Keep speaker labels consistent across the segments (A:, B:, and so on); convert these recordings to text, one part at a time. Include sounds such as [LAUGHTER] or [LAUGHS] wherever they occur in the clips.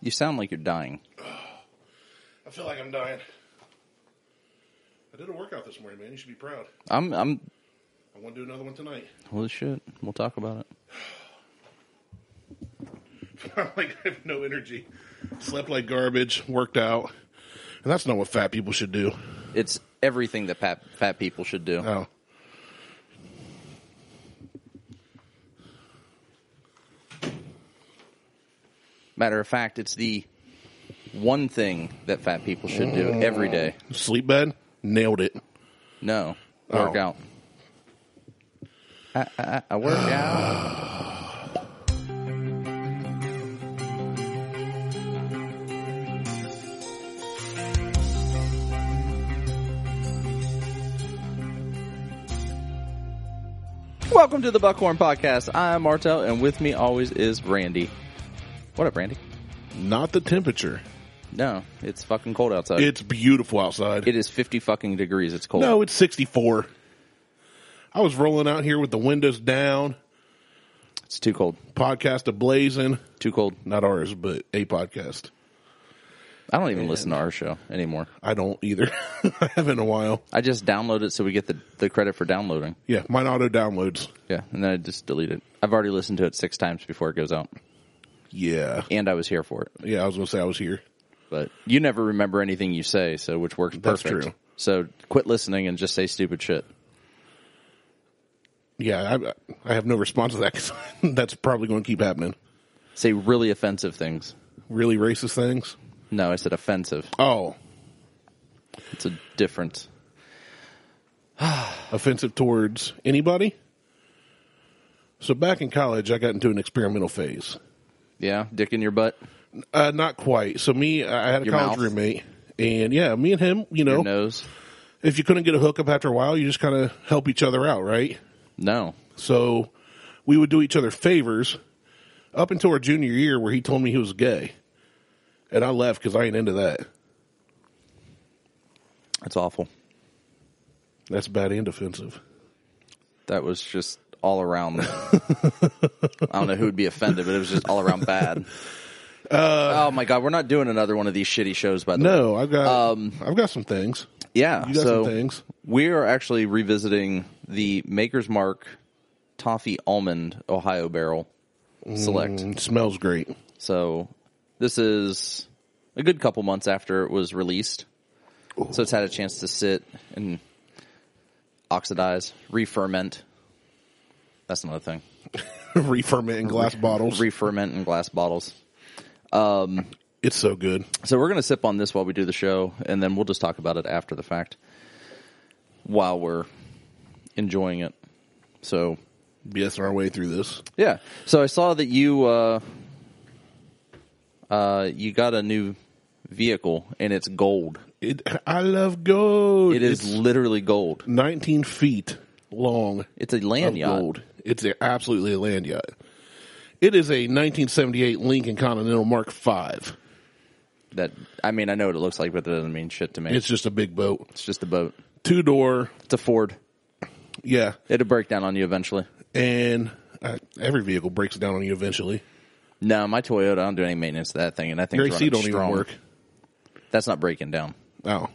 A: You sound like you're dying.
B: I feel like I'm dying. I did a workout this morning, man. You should be proud.
A: I'm. I'm.
B: I want to do another one tonight. [LAUGHS]
A: Holy shit. We'll talk about it.
B: I'm like, I have no energy. Slept like garbage, worked out. And that's not what fat people should do. Oh,
A: It's everything that fat, fat people should do.
B: No.
A: Matter of fact, it's the one thing that fat people should do every day.
B: Sleep bad? Nailed it.
A: No,
B: Oh.
A: work out. I, I, I
B: [SIGHS]
A: work out. Welcome to the Buckhorn Podcast. I'm Martel, and with me always is Randy. What up, Randy?
B: Not the temperature.
A: No, it's fucking cold outside.
B: It's beautiful outside.
A: it is 50 fucking degrees. It's cold.
B: no, it's 64. I was rolling out here with the windows down,
A: It's too cold.
B: podcast ablazing.
A: Too cold.
B: Not ours, but a podcast.
A: I don't even listen to our show anymore.
B: I don't either. [LAUGHS] I haven't in a while.
A: I just download it so we get the, the credit for downloading.
B: Yeah, mine auto downloads.
A: Yeah. And then I just delete it. I've already listened to it six times before it goes out.
B: Yeah.
A: And I was here for it.
B: Yeah, I was going to say I was here.
A: But you never remember anything you say, so which works
B: That's
A: perfect.
B: true.
A: So quit listening and just say stupid shit.
B: Yeah, I, I have no response to that 'cause [LAUGHS] that's probably going to keep happening.
A: Say really offensive things.
B: Really racist things.
A: No, I said offensive.
B: Oh,
A: It's a difference.
B: offensive towards anybody. So back in college, I got into an experimental phase.
A: Yeah, dick in your butt,
B: Uh, not quite. So me, I had a
A: Your
B: college
A: mouth?
B: roommate, and yeah, me and him. You know,
A: your nose.
B: if you couldn't get a hookup after a while, you just kind of help each other out, right?
A: No.
B: So we would do each other favors up until our junior year, where he told me he was gay, and I left because I ain't into that.
A: That's awful.
B: That's bad and offensive.
A: That was just all
B: [LAUGHS]
A: around. I don't know who would be offended, but it was just all around
B: [LAUGHS]
A: bad. oh my god, we're not doing another one of these shitty shows. By the way,
B: Uh, No, I've got I've got some things.
A: yeah.
B: You got
A: Um, so
B: some things.
A: we are actually revisiting the Maker's Mark Toffee Almond Ohio Barrel Select.
B: Mm, It smells great. [LAUGHS]
A: So this is a good couple months after it was released. So it's had a chance to sit and oxidize, re-ferment. That's another thing.
B: Referment in glass bottles.
A: Re-ferment in glass bottles.
B: it's so good.
A: So we're going to sip on this while we do the show, and then we'll just talk about it after the fact while we're enjoying it. So,
B: BSing our way through this.
A: yeah. So I saw that you uh, uh, you got a new vehicle, and it's gold.
B: It, I love gold.
A: It is
B: It's
A: literally gold.
B: 19 feet long.
A: It's a
B: of
A: land yacht.
B: gold. It's a, absolutely a land yacht. It is a 1978 Lincoln Continental Mark V.
A: That I mean, I know what it looks like, but that doesn't mean shit to me.
B: It's
A: It's,
B: just a big boat,
A: just a boat.
B: two door.
A: It's a Ford.
B: Yeah,
A: It'll break down on you eventually.
B: and uh, every vehicle breaks down on you eventually.
A: No, my Toyota. I don't do any maintenance to that thing, and that thing's
B: Your AC
A: running
B: don't
A: strong.
B: even work.
A: That's not breaking down.
B: Oh,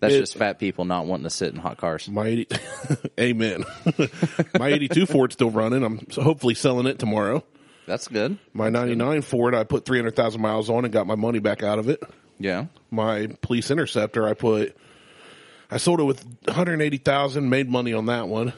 A: That's
B: It-
A: just fat people not wanting to sit in hot cars.
B: my 80, [LAUGHS] amen. [LAUGHS] my 82 Ford's still running. I'm hopefully selling it tomorrow.
A: That's good.
B: My 99 Ford, I put 300,000 miles on and got my money back out of it.
A: Yeah.
B: My police interceptor, I put, I sold it with 180,000, made money on that one.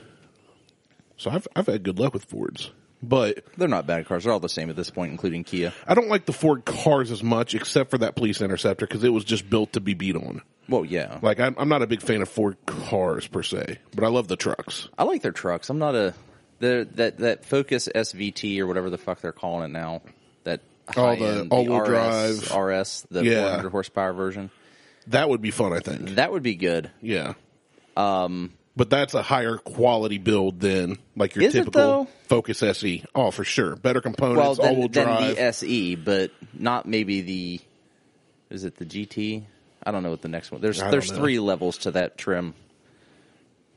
B: So I've, I've had good luck with Fords, but
A: They're not bad cars. They're all the same at this point, including Kia.
B: I don't like the Ford cars as much except for that police interceptor because it was just built to be beat on.
A: Well, yeah.
B: Like I'm, I'm not a big fan of Ford cars per se, but I love the trucks.
A: I like their trucks. I'm not a the that that Focus SVT or whatever the fuck they're calling it now. That
B: All the
A: high-end,
B: all-wheel
A: RS,
B: drive.
A: RS, the
B: Yeah.
A: 400 horsepower version.
B: That would be fun, I think.
A: That would be good.
B: Yeah. Um, but that's a higher quality build than like your
A: Um, Is it,
B: typical
A: though?
B: Focus SE. Oh, for sure. Better
A: Well,
B: components, all wheel
A: then, then
B: drive.
A: the SE, but not maybe the is it the GT? I don't know what the next one. There's
B: I don't
A: there's
B: know.
A: three levels to that trim.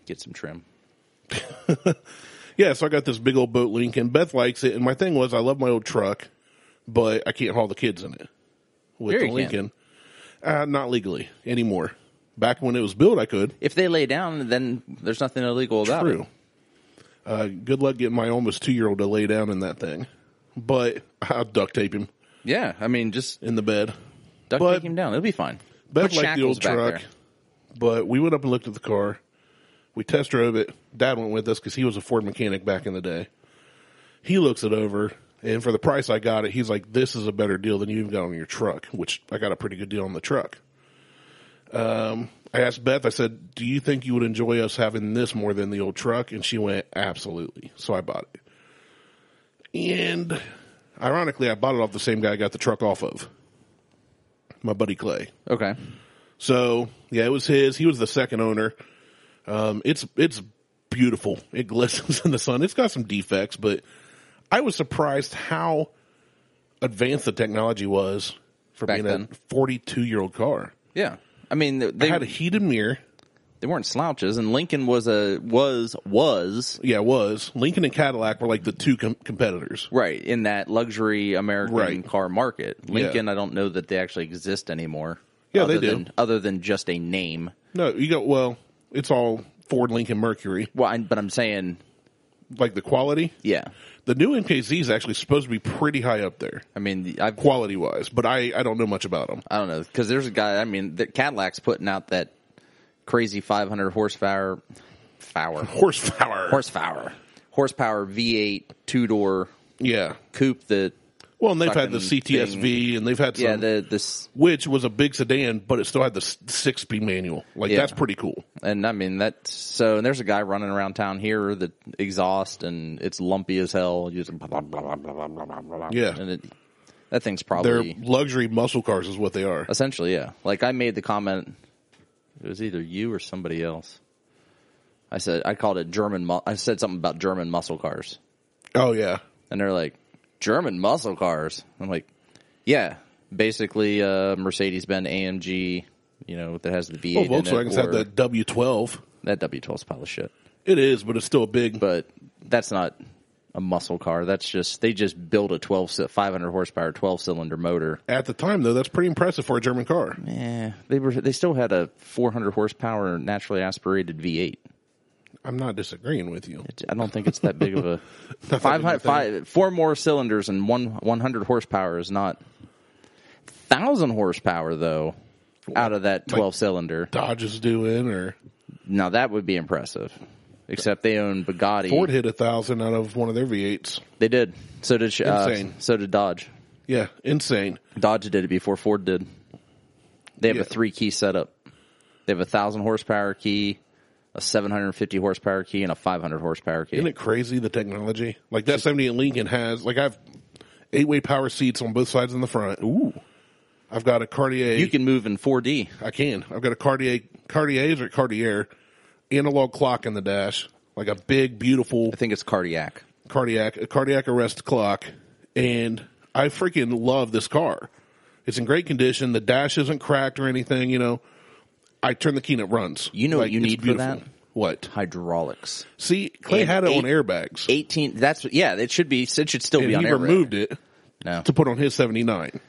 A: Get some trim.
B: yeah, so I got this big old boat Lincoln. Beth likes it, and my thing was I love my old truck. but I can't haul the kids in it with
A: Sure
B: the
A: you can.
B: Lincoln. Uh, not legally anymore. Back when it was built, I could.
A: If they lay down, then there's nothing illegal about it.
B: True. Uh, good luck getting my almost two year old to lay down in that thing. But I'll duct tape him
A: Yeah, I mean, just
B: in the bed.
A: duct
B: But-
A: tape him down. It'll be fine.
B: Bed
A: Put
B: like the
A: shackles
B: old
A: back
B: truck.
A: there.
B: But we went up and looked at the car. We test drove it. Dad went with us because he was a Ford mechanic back in the day. He looks it over, and for the price I got it, he's like, "This is a better deal than you even got on your truck." Which I got a pretty good deal on the truck. Um, I asked Beth. I said, "Do you think you would enjoy us having this more than the old truck?" And she went, "Absolutely." So I bought it. And ironically, I bought it off the same guy I got the truck off of, my buddy Clay.
A: Okay.
B: So yeah, it was his. He was the second owner. Um, it's it's beautiful. It glistens [LAUGHS] in the sun. It's got some defects, but I was surprised how advanced the technology was for
A: Back
B: being
A: then.
B: a 42 year old car.
A: Yeah. I mean, they
B: It had a heated mirror.
A: they weren't slouches, and Lincoln was a was was
B: Yeah, it was Lincoln and Cadillac were like the two com- competitors.
A: right in that luxury American
B: Right.
A: car market. Lincoln, I don't know that they actually exist anymore.
B: Yeah, they
A: other
B: do.
A: Than, other than just a name.
B: No, you go well. It's all Ford, Lincoln, Mercury.
A: Well, I, but I'm saying,
B: Like the quality,
A: yeah.
B: the new MKZ is actually supposed to be pretty high up there,
A: I mean, I've
B: quality wise. But I I don't know much about them.
A: I don't know because there's a guy. I mean, the Cadillac's putting out that crazy 500 horsepower, power,
B: Horsepower.
A: horsepower, horsepower V8 two door
B: Yeah.
A: coupe that
B: Well, and they've had the
A: fucking
B: CTSV, and they've had some,
A: yeah the this
B: which was a big sedan, but it still had the s- six-speed manual. Like
A: Yeah.
B: that's pretty cool.
A: and I mean that so and there's a guy running around town here that exhaust and it's lumpy as hell. You just blah, blah, blah, blah, blah, blah, blah, blah,
B: Yeah.
A: and it, that thing's
B: They're
A: probably
B: luxury muscle cars, is what they are.
A: Essentially, yeah. Like I made the comment. It was either you or somebody else. I said I called it German. Mu- I said something about German muscle cars,
B: Oh yeah,
A: and they're like German muscle cars. I'm like, yeah, basically uh, Mercedes Benz AMG. You know that has the V8.
B: well,
A: in it,
B: Volkswagen's
A: or-
B: had the W12.
A: that W12 's a pile of shit.
B: It is, but it's still a big.
A: But that's not a muscle car. That's just they just built a 12 c- 500 horsepower 12 cylinder motor.
B: At the time, though, that's pretty impressive for a German car.
A: Yeah, they were they still had a 400 horsepower naturally aspirated V8.
B: I'm not disagreeing with you.
A: I don't think it's that big of
B: [LAUGHS]
A: a
B: Not
A: five
B: that big of a
A: hundred
B: thing.
A: five four more cylinders and one one hundred horsepower is not thousand horsepower though out of that twelve cylinder.
B: Dodge is doing, or
A: Now that would be impressive. Except they own Bugatti.
B: Ford hit a thousand out of one of their V8s.
A: They did. So did uh,
B: Insane.
A: so did Dodge.
B: Yeah, insane.
A: Dodge did it before Ford did. They have
B: Yeah.
A: a three key setup. They have a thousand horsepower key, a seven hundred and fifty horsepower key, and a five hundred horsepower key.
B: Isn't it crazy the technology? Like that 78 Lincoln has, like I've eight way power seats on both sides in the front. Ooh. I've got a Cartier.
A: You can move in four D.
B: I can. I've got a Cartier, Cartier's or Cartier analog clock in the dash, like a big, beautiful
A: I think it's cardiac.
B: cardiac, a cardiac arrest clock. And I freaking love this car. It's in great condition. The dash isn't cracked or anything, you know. I turn the key and it runs.
A: You know what you
B: it's
A: need for that?
B: What?
A: Hydraulics.
B: See, Clay
A: And
B: had it
A: eight-
B: on airbags.
A: 18 that's yeah it should be it should still
B: and
A: be on
B: he
A: airbags
B: removed it
A: no
B: to put on his 79.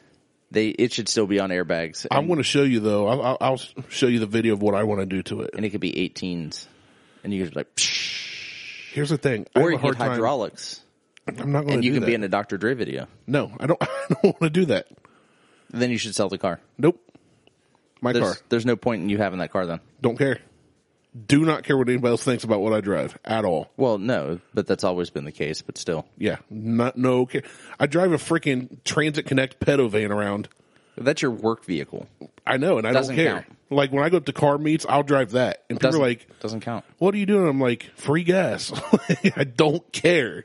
A: they it should still be on airbags
B: I
A: and,
B: want to show you though. I'll, I'll- I'll show you the video of what I want to do to it.
A: and it could be 18s and you could be like psh,
B: Here's the thing. I
A: or
B: have
A: you
B: a
A: could
B: hard time-
A: hydraulics
B: I'm not going to
A: and
B: do
A: you can
B: that.
A: be in a Dr. Dre video
B: no, I don't. [LAUGHS] I don't want to do that.
A: then you should sell the car
B: Nope. My
A: there's,
B: car.
A: there's no point in you having that car then
B: Don't care. Do not care what anybody else thinks about what I drive at all.
A: well no but that's always been the case but still
B: Yeah. Not no care. I drive a freaking Transit Connect pedo van around.
A: that's your work vehicle
B: I know, and I
A: Doesn't
B: don't care.
A: count.
B: Like when I go up to car meets, I'll drive that, and people
A: doesn't
B: are like,
A: doesn't count
B: "What are you doing?" I'm like, "Free gas." [LAUGHS] I don't care.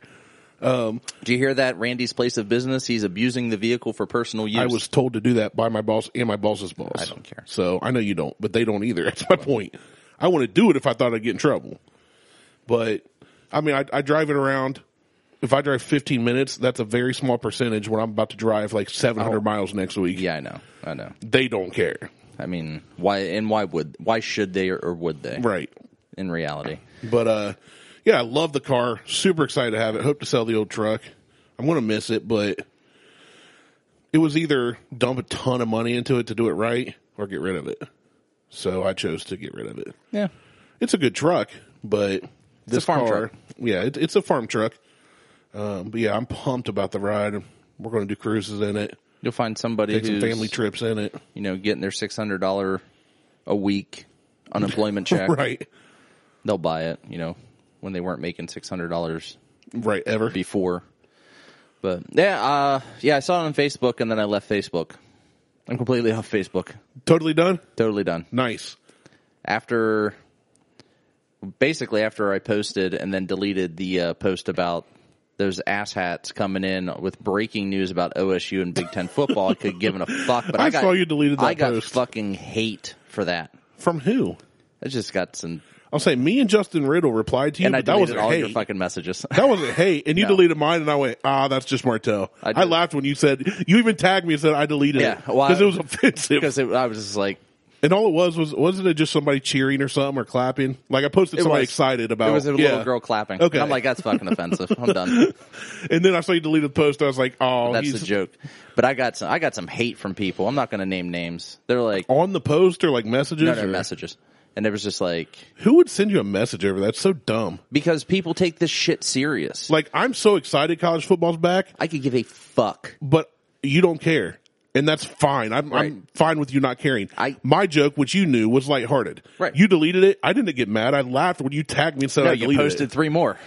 A: do you hear that Randy's place of business he's abusing the vehicle for personal use
B: I was told to do that by my boss and my boss's boss. I
A: don't care.
B: So I know you don't, but they don't either. [LAUGHS] That's my point. I want to do it if I thought I'd get in trouble. But I mean, I, I drive it around. If I drive 15 minutes, that's a very small percentage when I'm about to drive like 700 miles next week.
A: Oh. yeah I know I know
B: They don't care.
A: I mean why and why would why should they or, or would they
B: Right.
A: in reality
B: But uh yeah, I love the car. Super excited to have it. Hope to sell the old truck. I'm gonna miss it, but it was either dump a ton of money into it to do it right or get rid of it. So I chose to get rid of it.
A: Yeah.
B: It's a good truck, but this
A: farm
B: car,
A: truck.
B: yeah, it, it's a farm truck. Um, but yeah, I'm pumped about the ride. We're going to do cruises in it,
A: You'll find somebody
B: take some
A: who's
B: family trips in it. [LAUGHS]
A: you know getting their six hundred dollar a week
B: [LAUGHS]
A: unemployment check.
B: Right,
A: They'll buy it. You know when they weren't making six hundred dollars
B: right. Ever
A: before. But yeah, uh, yeah, I saw it on Facebook and then I left Facebook. I'm completely off Facebook.
B: totally done.
A: Totally done.
B: Nice.
A: After basically after I posted and then deleted the uh, post about those asshats coming in with breaking news about OSU and Big Ten football, I could have given a fuck. But I,
B: I
A: got,
B: saw you deleted that
A: I got
B: post.
A: fucking hate for that.
B: From who?
A: I just got some,
B: I'll say me and Justin Riddle replied to you,
A: and I
B: but that
A: deleted
B: wasn't
A: all
B: hate.
A: your fucking messages. [LAUGHS]
B: That wasn't hate, and you
A: No.
B: deleted mine, and I went, ah, that's just Martell.
A: I
B: I,
A: did.
B: laughed when you said you even tagged me and said I deleted
A: Yeah,
B: it
A: well,
B: because
A: I-
B: it was offensive.
A: because it, I was just like,
B: And all it was was wasn't it just somebody cheering or something or clapping? Like I posted
A: It
B: somebody
A: was.
B: excited about
A: it was a
B: yeah.
A: little girl clapping.
B: Okay.
A: I'm like, that's fucking offensive. I'm
B: [LAUGHS]
A: done.
B: And then I saw you delete the post. I was like, oh,
A: That's the
B: he's
A: joke. But I got some. I got some hate from people. I'm not going to name names. They're like,
B: on the post or like messages.
A: no, no
B: or-
A: messages, and it was just like
B: Who would send you a message over? that? That's so dumb.
A: because people take this shit serious.
B: Like I'm so excited college football's back,
A: I could give a fuck.
B: but you don't care. And that's fine. I'm,
A: Right.
B: I'm fine with you not caring.
A: I-
B: My joke, which you knew, was lighthearted.
A: Right.
B: You deleted it. I didn't get mad. I laughed when you tagged me and said
A: No,
B: I
A: you
B: deleted
A: posted
B: it.
A: three
B: [LAUGHS]
A: more,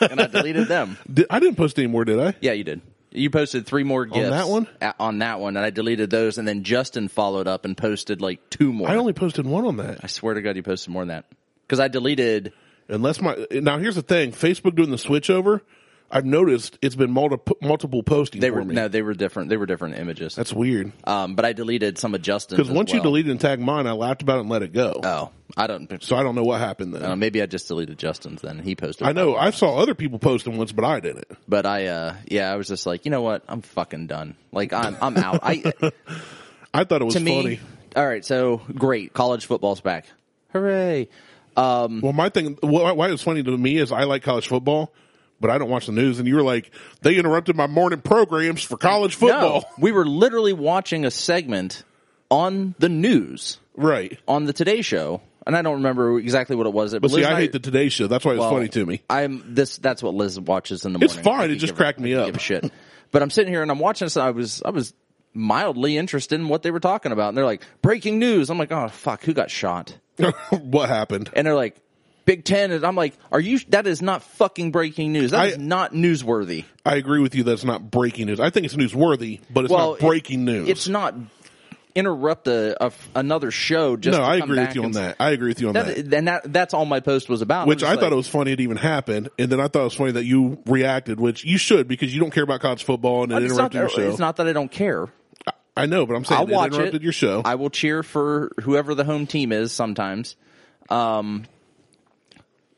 A: and I deleted them.
B: Did, I didn't post anymore, did I?
A: Yeah, you did. You posted three more gifts
B: that one?
A: a- on that one, and I deleted those. And then Justin followed up and posted like two more.
B: I
A: I,
B: only posted one on that.
A: swear to God, you posted more than that because I deleted.
B: Unless my now here's the thing: Facebook doing the switch over. I've noticed it's been multi- multiple posting
A: They
B: for
A: were
B: me.
A: no, they were different. They were different images.
B: That's weird.
A: um, but I deleted some of Justin's
B: Because
A: as
B: once you
A: well.
B: deleted and tagged mine, I laughed about it and let it go.
A: Oh, I don't.
B: so I don't know what happened then.
A: Uh, maybe I just deleted Justin's then. He posted.
B: I know I saw other people posting once, but I didn't.
A: But I, uh, yeah, I was just like, you know what? I'm fucking done. Like, I'm, I'm out. I, to
B: I thought it was
A: me,
B: funny.
A: all right, so great. College football's back. Hooray.
B: Well, my thing, wh- why it's funny to me is I like college football, but I don't watch the news. And you were like, they interrupted my morning programs for college football.
A: No,
B: [LAUGHS]
A: we were literally watching a segment on the news
B: Right.
A: on the Today Show. And I don't remember exactly what it was.
B: But see, I hate the Today Show. That's why it's funny to me.
A: Oh,
B: [LAUGHS]
A: I'm this. That's what Liz watches in the
B: It's
A: morning.
B: fine,
A: I
B: it
A: could
B: just
A: give a-
B: cracked me
A: I could
B: up.
A: Give a shit. But I'm sitting here and I'm watching this. And I was I was mildly interested in what they were talking about. And they're like breaking news. I'm like, oh fuck, who got shot?
B: what happened?
A: And they're like Big Ten. And I'm like, are you? That is not fucking breaking news. That is
B: I-
A: not newsworthy.
B: I agree with you that's not breaking news. I think it's newsworthy, but it's
A: Well,
B: not breaking
A: it-
B: news.
A: It's not interrupt a, a another show. Just
B: no,
A: to
B: I
A: come
B: agree
A: back
B: with you on
A: and-
B: that. I agree with you on that.
A: that- And that that's all my post was about.
B: which I thought it was funny it even happened, and then I thought it was funny that you reacted, which you should because you don't care about college football and it
A: It's not,
B: interrupted your show.
A: it's not that I don't care.
B: I know, but I'm saying
A: I'll
B: it
A: watch
B: interrupted
A: it.
B: your show.
A: I will cheer for whoever the home team is sometimes. Um,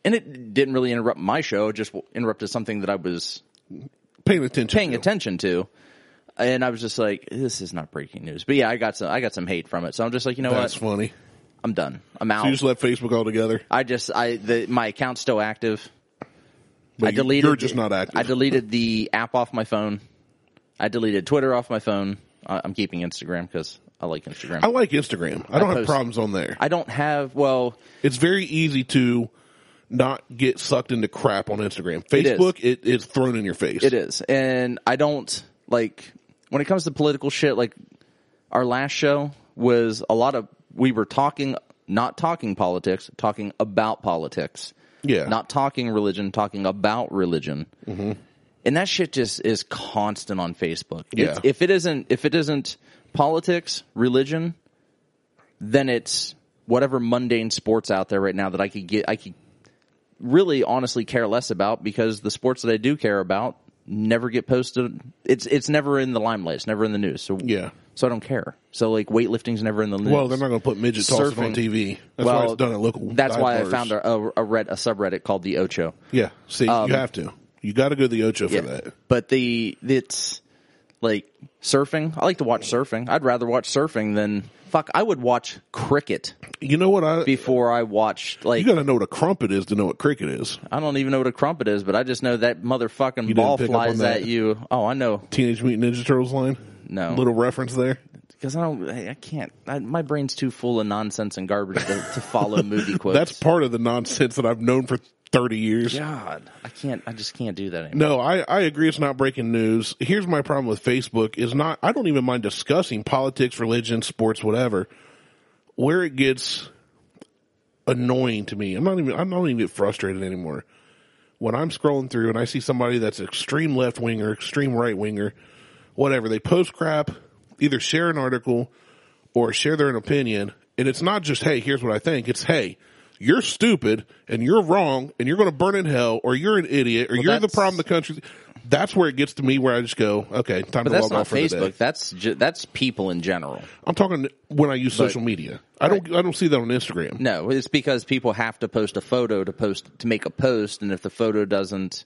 A: and it didn't really interrupt my show; it just interrupted something that I was
B: paying attention.
A: paying
B: to.
A: attention to. And I was just like, "This is not breaking news." But yeah, I got some. I got some hate from it, so I'm just like, you know
B: That's
A: what?
B: funny.
A: I'm done. I'm out.
B: You just left Facebook altogether.
A: I just I the, my account's still active. I
B: But you-
A: deleted.
B: You're just not active.
A: I deleted the app off my phone. I deleted Twitter off my phone. I- I'm keeping Instagram because I like Instagram.
B: I like Instagram. I don't have
A: post-
B: problems on there.
A: I don't have well.
B: It's very easy to not get sucked into crap on Instagram. Facebook, it is thrown in your face.
A: It is. And I don't like when it comes to political shit, like our last show was a lot of we were talking not talking politics, talking about politics.
B: Yeah.
A: Not talking religion, talking about religion. Mm-hmm. And that shit just is constant on Facebook. It's-
B: Yeah.
A: if it isn't if it isn't politics, religion, then it's whatever mundane sports out there right now that I could get I could really honestly care less about because the sports that I do care about never get posted. It's it's never in the limelight. It's never in the news. So
B: Yeah.
A: So I don't care. So like weightlifting's never in the news.
B: Well, they're not going to put midget tossing
A: Surfing.
B: on TV. That's why it's done at local.
A: That's
B: dive
A: why
B: bars.
A: I found Um, a, a, a red a subreddit called the Ocho.
B: Yeah. See, you have to. You got to go to the Ocho for that.
A: But the it's Like surfing, I like to watch surfing. I'd rather watch surfing than fuck. I would watch cricket
B: You know what? I
A: before I watched like
B: you got to know what a crumpet is to know what cricket is.
A: I don't even know what a crumpet is, but I just know that motherfucking
B: You didn't
A: ball
B: pick up on
A: flies
B: that.
A: at you. Oh, I know
B: Teenage Mutant Ninja Turtles line.
A: No.
B: little reference there.
A: because I don't. I I can't. I, my brain's too full of nonsense and garbage to, to follow
B: [LAUGHS]
A: movie quotes.
B: That's part of the nonsense that I've known for thirty years.
A: God. I can't. I just can't do that anymore.
B: No, I, I agree. It's not breaking news. Here's my problem with Facebook is not, I don't even mind discussing politics, religion, sports, whatever. Where it gets annoying to me, I'm not even, I'm not even get frustrated anymore. When I'm scrolling through and I see somebody that's extreme left winger, extreme right winger, whatever, they post crap, either share an article or share their own opinion. And it's not just, hey, here's what I think. It's, hey, you're stupid and you're wrong and you're going to burn in hell or you're an idiot or you're the
A: that's-
B: problem the country. That's where it gets to me where I just go, okay, time
A: But
B: to
A: that's
B: log
A: not
B: off for the day.
A: Facebook. That's ju- that's people in general.
B: I'm talking when I use social media. I don't, I don't see that on Instagram.
A: No, it's because people have to post a photo to post to make a post, and if the photo doesn't,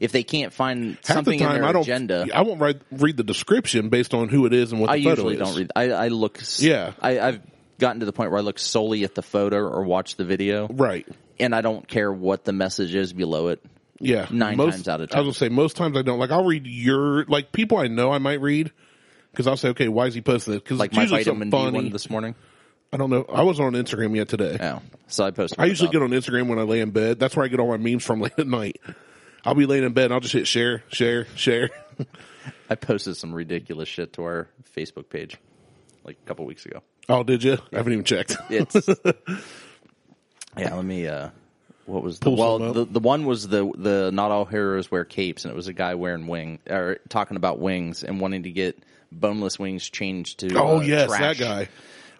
A: if they can't find
B: Half the
A: something in
B: time,
A: their
B: I don't.
A: agenda,
B: I won't read, read the description based on who it is and what
A: I
B: the photo
A: usually
B: is.
A: don't read. I, I look. s-
B: Yeah.
A: I, I've gotten to the point where I look solely at the photo or watch the video,
B: Right.
A: and I don't care what the message is below it.
B: Yeah.
A: Nine
B: most,
A: times out of
B: I was gonna say most times I don't. Like I'll read your like people I know I might read because I'll say okay why is he posting this because
A: Like
B: it's
A: my
B: usually something
A: vitamin D
B: funny.
A: one this morning.
B: I don't know. I wasn't on Instagram yet today.
A: Oh, so I posted.
B: I usually
A: about-
B: get on Instagram when I lay in bed. That's where I get all my memes from [LAUGHS] late at night. I'll be laying in bed and I'll just hit share, share, share. [LAUGHS]
A: I posted some ridiculous shit to our Facebook page like a couple weeks ago.
B: oh, did you? I haven't even checked.
A: It's yeah. Let me. uh What was the
B: Pull some
A: well?
B: up.
A: The, the one was the the not all heroes wear capes, and it was a guy wearing wing or talking about wings and wanting to get boneless wings changed to
B: [LAUGHS] Oh
A: uh,
B: yes,
A: trash. Um,
B: that guy.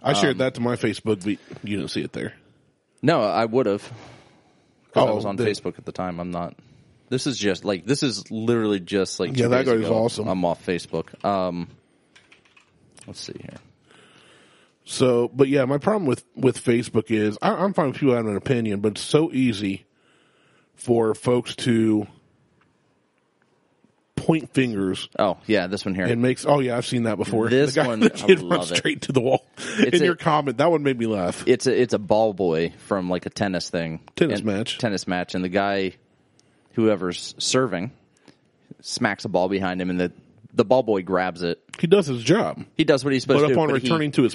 B: I shared that to my Facebook, but you didn't see it there.
A: No, I would have. 'Cause I
B: Oh,
A: was on
B: the-
A: Facebook at the time. I'm not. This is just like this is literally just like two
B: Yeah, that
A: days
B: guy's
A: ago.
B: awesome.
A: I'm off Facebook. Um, let's see here.
B: So, but yeah, my problem with with Facebook is I, I'm fine with people having an opinion, but it's so easy for folks to point fingers
A: Oh yeah, this one here.
B: and makes. Oh yeah, I've seen that before. [LAUGHS]
A: This
B: the guy,
A: one,
B: the
A: I
B: kid
A: love
B: runs
A: it.
B: straight to the wall in
A: a-
B: your comment. That one made me laugh.
A: it's a it's a ball boy from like a tennis thing,
B: Tennis
A: And-
B: match.
A: tennis match, and the guy, whoever's serving, smacks a ball behind him, and the the ball boy grabs it.
B: He does his job,
A: He does what he's supposed
B: but
A: to do,
B: upon
A: but he-
B: returning to his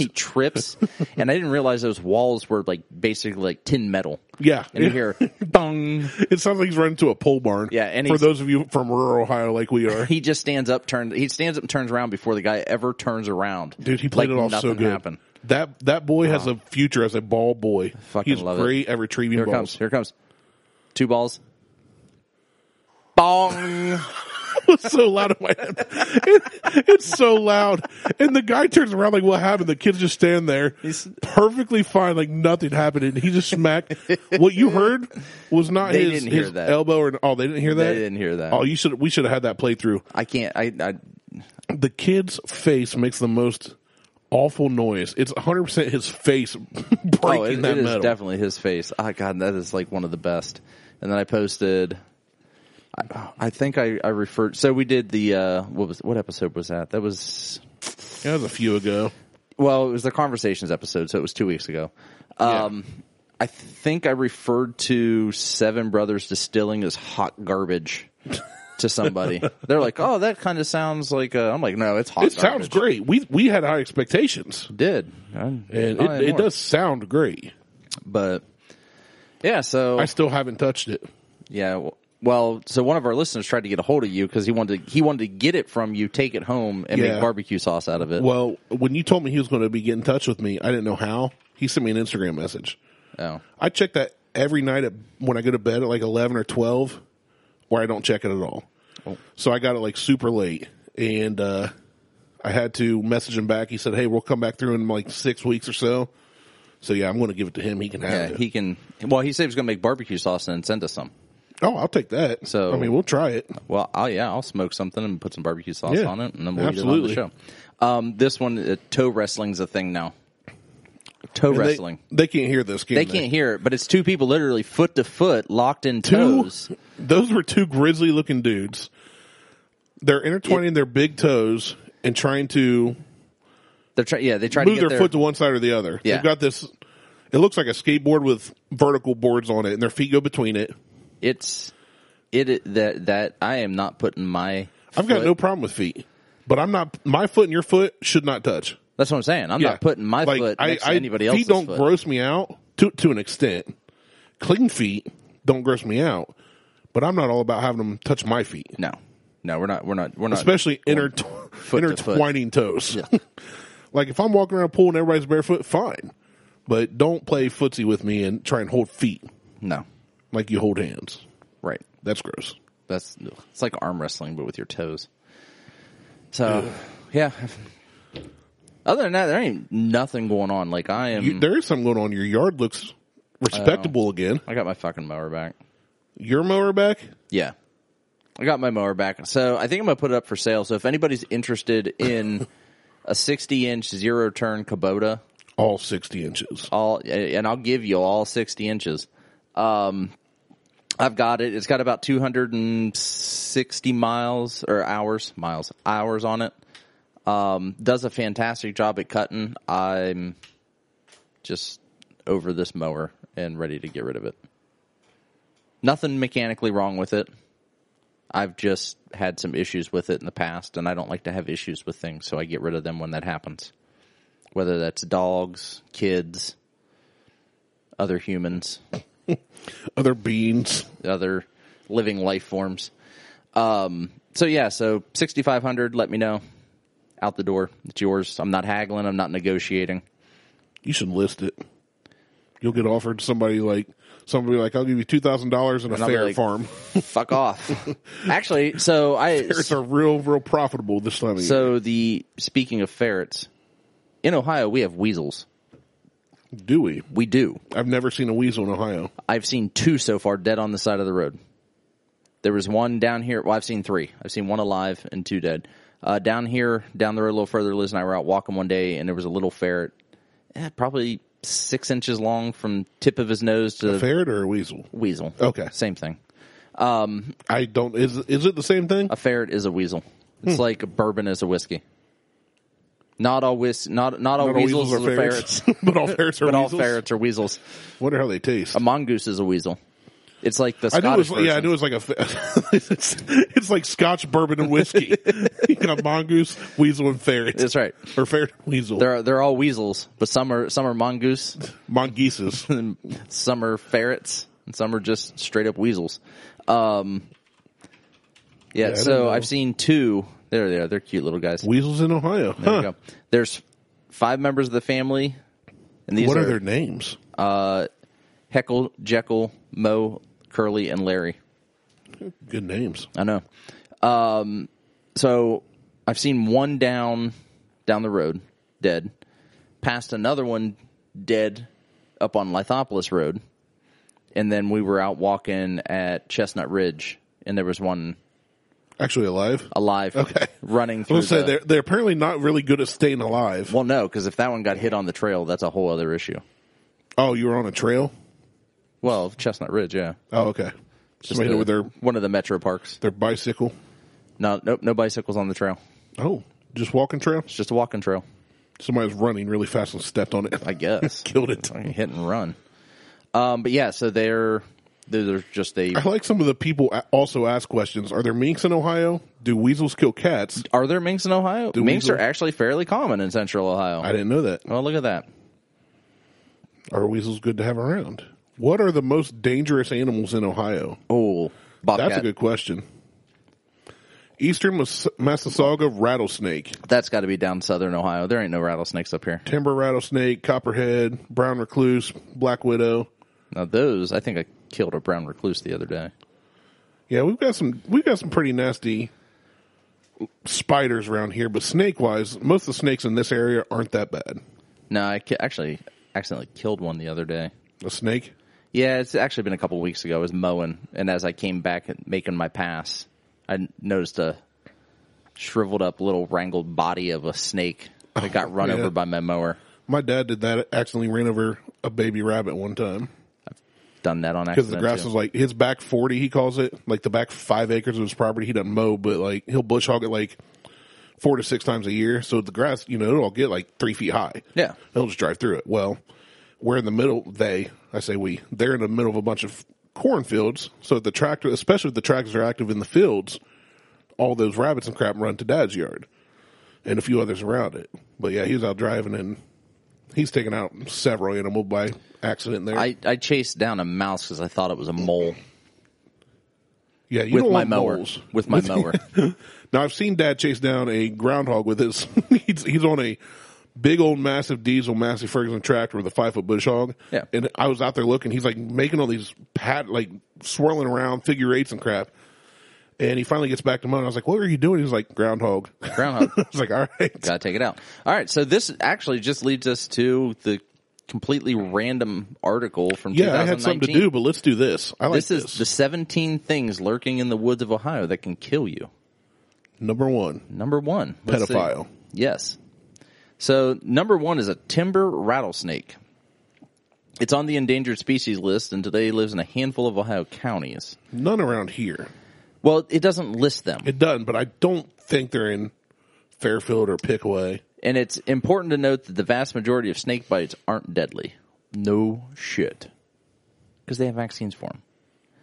A: [LAUGHS] he
B: [LAUGHS]
A: trips, and I didn't realize those walls were like basically like tin metal.
B: yeah,
A: and you hear bong.
B: [LAUGHS] it sounds like he's running to a pole barn.
A: Yeah, and
B: for
A: he's-
B: those of you from rural Ohio, like
A: [LAUGHS]
B: we are,
A: He just stands up, turns. He stands up, and turns around before the guy ever turns around.
B: Dude, he played
A: Like
B: it off so
A: nothing
B: good.
A: happened.
B: That that boy has a future as a ball boy.
A: Fucking
B: He's
A: love it.
B: great at retrieving
A: Here it comes.
B: balls.
A: Here it comes. Two balls. Bong.
B: [LAUGHS] It's so loud in my head. It- it's so loud. And the guy turns around like, what happened? The kid's just standing there perfectly fine, like nothing happened. And he just smacked. what you heard was not
A: They
B: his,
A: didn't hear
B: his
A: that.
B: elbow or, oh, they didn't hear that?
A: They didn't hear that.
B: Oh, you should, we should have had that playthrough.
A: I can't. I, I.
B: The kid's face makes the most awful noise. It's 100% his face [LAUGHS] breaking
A: Oh, it,
B: that
A: it is
B: metal.
A: definitely his face. Oh God, that is like one of the best. And then I posted. I, I think I, I referred. So we did the uh, what was what episode was that? That was
B: that was a few ago.
A: well, it was the conversations episode, so it was two weeks ago. Um, I think I referred to Seven Brothers Distilling as hot garbage to
B: [LAUGHS]
A: somebody. They're like, "Oh, that kind of sounds like." Uh, I'm like, "No, it's hot."
B: It sounds
A: garbage."
B: great. We we had high expectations,
A: Did
B: and it, it does sound great.
A: but yeah. So
B: I still haven't touched it.
A: Yeah. w- Well, so one of our listeners tried to get a hold of you because he wanted to, he wanted to get it from you, take it home, and
B: Yeah.
A: make barbecue sauce out of it.
B: Well, when you told me he was going to be getting in touch with me, I didn't know how. He sent me an Instagram message.
A: Oh.
B: I check that every night at, when I go to bed at like eleven or twelve, or I don't check it at all. So I got it like super late, and uh, I had to message him back. He said, "Hey, we'll come back through in like six weeks or so." So yeah, I'm going to give it to him. He can have
A: Yeah,
B: it.
A: he can. Well, he said he was going to make barbecue sauce and then send us some.
B: oh, I'll take that.
A: So-
B: I mean, we'll try it.
A: Well, I'll, yeah, I'll smoke something and put some barbecue sauce
B: Yeah,
A: on it, and then we'll
B: absolutely.
A: eat it on the show. Um, this one, uh, toe wrestling's a thing now. Toe
B: And they-
A: wrestling.
B: They, can't hear this. Can
A: They can't hear it, but it's two people literally foot to foot locked in
B: two
A: toes.
B: those were two grizzly looking dudes they're intertwining their big toes and trying to
A: They're trying. Yeah, they try to
B: move
A: get
B: their,
A: their
B: foot to one side or the other.
A: Yeah.
B: They've got this. It looks like a skateboard with vertical boards on it, and their feet go between it.
A: it's it it- that that I am not putting my.
B: I've got
A: foot-
B: no problem with feet, but I'm not. My foot and your foot should not touch.
A: That's what I'm saying. I'm
B: Yeah.
A: not putting my
B: Like,
A: foot next to anybody else's
B: Feet don't
A: foot.
B: gross me out to to an extent. Clean feet don't gross me out, but I'm not all about having them touch my feet,
A: no, no, we're not. We're not. We're not.
B: especially inter-
A: to
B: intertwining toes. [LAUGHS] like if I'm walking around a pool and everybody's barefoot, fine, but don't play footsie with me and try and hold feet
A: no,
B: like you hold hands.
A: right.
B: That's gross.
A: That's it's like arm wrestling, but with your toes. So, yeah. Other than that, there ain't nothing going on. Like I am.
B: You, There is something going on. Your yard looks
A: Oh.
B: respectable again.
A: I got my fucking mower back.
B: Your mower back.
A: Yeah. I got my mower back. So I think I'm going to put it up for sale. So if anybody's interested
B: [LAUGHS]
A: in a 60 inch zero turn Kubota,
B: all 60 inches.
A: all, and I'll give you all 60 inches. Um, I've got it. It's got about 260 miles or hours, miles, hours on it. Um, does a fantastic job at cutting. I'm just over this mower and ready to get rid of it. Nothing mechanically wrong with it. I've just had some issues with it in the past, and I don't like to have issues with things, so I get rid of them when that happens. Whether that's dogs, kids, other humans,
B: Other beans.
A: other living life forms. Um, so yeah, so 6,500, let me know. Out the door. It's yours. I'm not haggling. I'm not negotiating.
B: You should list it. You'll get offered somebody like somebody like I'll give you two thousand dollars in a
A: And I'll be
B: fair
A: like- [LAUGHS]
B: farm.
A: Fuck off. Actually, so I,
B: Ferrets are real, real profitable this time of year.
A: so the, speaking of ferrets, in Ohio, we have weasels.
B: Do we?
A: We do.
B: I've never seen a weasel in Ohio.
A: I've seen two so far dead on the side of the road. There was one down here. Well, I've seen three. I've seen one alive and two dead. Uh, down here, down the road a little further, Liz and I were out walking one day, and there was a little ferret, eh, probably six inches long from tip of his nose to
B: Ferret or a weasel?
A: weasel.
B: Okay.
A: same thing.
B: I don't. Is is it the same thing?
A: A ferret is a weasel. It's
B: Hmm.
A: like bourbon is a whiskey. Not all whis- not not all
B: Not all
A: weasels, are ferrets, [LAUGHS]
B: but all ferrets [LAUGHS] are
A: but all
B: weasels.
A: ferrets are weasels.
B: Wonder how they taste.
A: A mongoose is a weasel. It's like the
B: I knew it
A: Scottish
B: was. Yeah, I
A: version.
B: knew it was like a. fe- [LAUGHS] it's, it's like Scotch bourbon
A: [LAUGHS]
B: and whiskey. [LAUGHS] you got mongoose, weasel, and ferret.
A: That's right.
B: Or ferret, and weasel,
A: They're they're all weasels, but some are some are mongoose, [LAUGHS]
B: mongooses.
A: and some are ferrets, and some are just straight up weasels. Um, yeah.
B: I don't
A: so
B: know.
A: I've seen two. There they are. They're cute little guys.
B: Weasels in Ohio.
A: There
B: Huh.
A: you go. There's five members of the family, and these
B: What
A: are,
B: are their names?
A: Heckle, Jekyll, Mo, Curly, and Larry.
B: Good names.
A: I know. Um, so I've seen one down down the road, dead. Passed another one dead up on Lithopolis Road, and then we were out walking at Chestnut Ridge, and there was one
B: Actually alive.
A: alive
B: Okay.
A: running
B: I
A: through.
B: was gonna say
A: the-
B: they're they're apparently not really good at staying alive.
A: well, no, because if that one got hit on the trail, that's a whole other issue.
B: Oh, you were on a trail.
A: Well, Chestnut Ridge, yeah,
B: Oh, okay. Somebody
A: the-
B: with their
A: one of the metro parks.
B: their bicycle.
A: No, nope, no bicycles on the trail.
B: Oh, just walking trail.
A: It's just a walking trail,
B: Somebody was running really fast and stepped on it.
A: I guess.
B: Killed it.
A: Fucking hit and run. Um, but yeah, so they're they're just [LAUGHS] a
B: I like some of the people a- also ask questions. Are there minks in Ohio? Do weasels kill cats?
A: Are there minks in Ohio? minks
B: weasel-
A: are actually fairly common in central Ohio.
B: I didn't know that.
A: well, look at that.
B: Are weasels good to have around? What are the most dangerous animals in Ohio?
A: Oh, bobcat.
B: That's a good question. Eastern Mas- Massasauga rattlesnake.
A: That's got to be down southern Ohio. There ain't no rattlesnakes up here.
B: timber rattlesnake, copperhead, brown recluse, black widow.
A: Now those, I think I killed a brown recluse the other day.
B: Yeah, we've got some we've got some pretty nasty spiders around here, but snake wise, most of the snakes in this area aren't that bad.
A: No, I ki- actually accidentally killed one the other day.
B: A snake?
A: Yeah, it's actually been a couple weeks ago. I was mowing, and as I came back and making my pass, I noticed a shriveled up little wrangled body of a snake that got run [LAUGHS]
B: yeah.
A: over by my mower.
B: My dad did that accidentally ran over a baby rabbit one time.
A: done that on
B: because
A: accident.
B: the grass
A: too.
B: is like his back 40 he calls it like the back five acres of his property he doesn't mow but like he'll bush hog it like four to six times a year so the grass you know it'll get like three feet high
A: Yeah.
B: they'll just drive through it well we're in the middle they i say we they're in the middle of a bunch of cornfields so if the tractor especially if the tractors are active in the fields all those rabbits and crap run to dad's yard and a few others around it but yeah he was out driving and he's taken out several animal by accident there
A: I, I chased down a mouse because I thought it was a mole
B: yeah you
A: with
B: don't
A: my
B: want
A: mower.
B: moles.
A: With my
B: [LAUGHS]
A: mower.
B: Now I've seen Dad chase down a groundhog with his. [LAUGHS] he's, he's on a big old massive diesel Massey Ferguson tractor with a five foot bush hog.
A: Yeah.
B: and I was out there looking. He's like making all these pat like swirling around figure eights and crap. And he finally gets back to mine. I was like, "What are you doing?" He's like, "Groundhog." [LAUGHS] I
A: Groundhog.
B: was like, "All right."
A: Gotta take it out. All right, so this actually just leads us to the completely random article from
B: Yeah, I had something to
A: 2019.
B: do, but let's do this. I like
A: This
B: this.
A: is the 17 things lurking in the woods of Ohio that can kill you.
B: Number one,
A: Number one, let's see.
B: Pedophile.
A: Yes. So number one is a timber rattlesnake. It's on the endangered species list, and today lives in a handful of Ohio counties.
B: none around here.
A: Well, it doesn't list them,
B: It done, but I don't think they're in Fairfield or Pickaway.
A: and it's important to note that the vast majority of snake bites aren't deadly. No shit, because they have vaccines for them.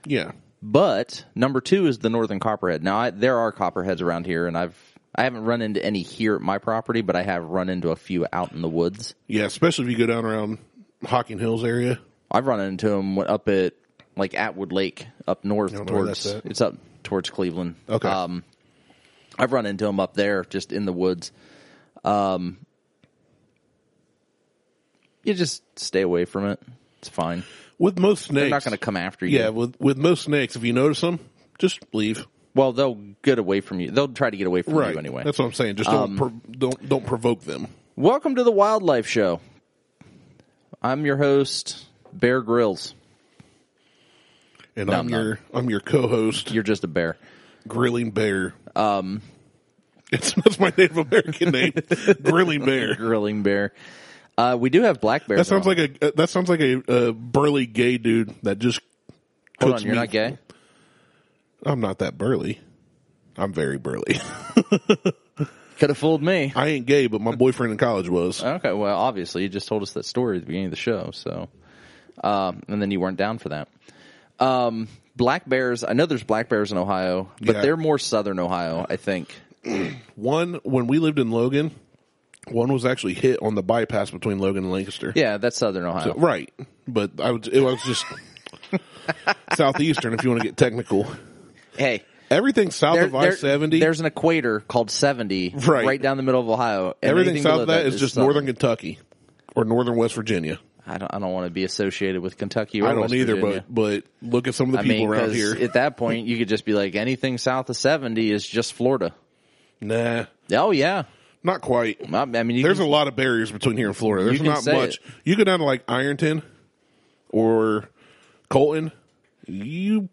B: Yeah,
A: But number two is the northern copperhead. Now I, there are copperheads around here, and I've I haven't run into any here at my property, but I have run into a few out in the woods.
B: yeah. Especially if you go down around Hocking Hills area.
A: I've run into them up at like Atwood Lake up north
B: don't know where
A: towards
B: that's at.
A: it's up towards Cleveland.
B: Okay.
A: Um, I've run into them up there, just in the woods. Um, you just stay away from it. It's fine.
B: With most snakes,
A: They're not going to come after you.
B: Yeah, with with most snakes, if you notice them, just leave.
A: Well, they'll get away from you. They'll try to get away from you anyway. Um,
B: That's what I'm saying. Just don't pro- don't don't provoke them.
A: Welcome to the Wildlife Show. I'm your host, Bear Grylls.
B: And
A: No,
B: I'm
A: I'm not.
B: your I'm your co-host,
A: You're just a
B: [LAUGHS]
A: bear.
B: Grilling Bear. Um, it's that's my Native
A: [LAUGHS]
B: American name, Grilling Bear.
A: Grilling bear. Uh, we do have black bears.
B: That sounds
A: around.
B: like a uh, that sounds like a, a burly gay dude that just.
A: Hold on,
B: cooks
A: you're
B: meat.
A: not gay?
B: I'm not that burly. I'm very burly. [LAUGHS]
A: Could have fooled me.
B: I ain't gay, but my boyfriend in college was.
A: Okay, well, obviously, you just told us that story at the beginning of the show, so. Um, and then you weren't down for that. Um, black bears, I know there's black bears in Ohio, but
B: Yeah.
A: they're more southern Ohio, I think.
B: One when we lived in Logan, one was actually hit on the bypass between Logan and Lancaster.
A: Yeah, that's southern Ohio.
B: Right, but I would. It was
A: [LAUGHS]
B: just southeastern. If you want to get technical,
A: Hey,
B: everything south
A: there-
B: of I
A: there-
B: seventy,
A: There's an equator called 70
B: Right.
A: down the middle of Ohio. and
B: everything south
A: below
B: of that is just
A: southern.
B: northern Kentucky or northern West Virginia.
A: I don't, I don't want to be associated with Kentucky or
B: I don't
A: West
B: either,
A: Virginia.
B: but but look at some of the
A: I
B: people
A: mean,
B: around
A: 'cause
B: here.
A: at that point, you could just be like, anything south of 70 is just Florida.
B: nah,
A: Oh, yeah.
B: not quite.
A: I, I mean, you
B: There's
A: can-
B: a lot of barriers between here and Florida. There's
A: can
B: not
A: say
B: much.
A: it.
B: You go down to like Ironton or Colton, you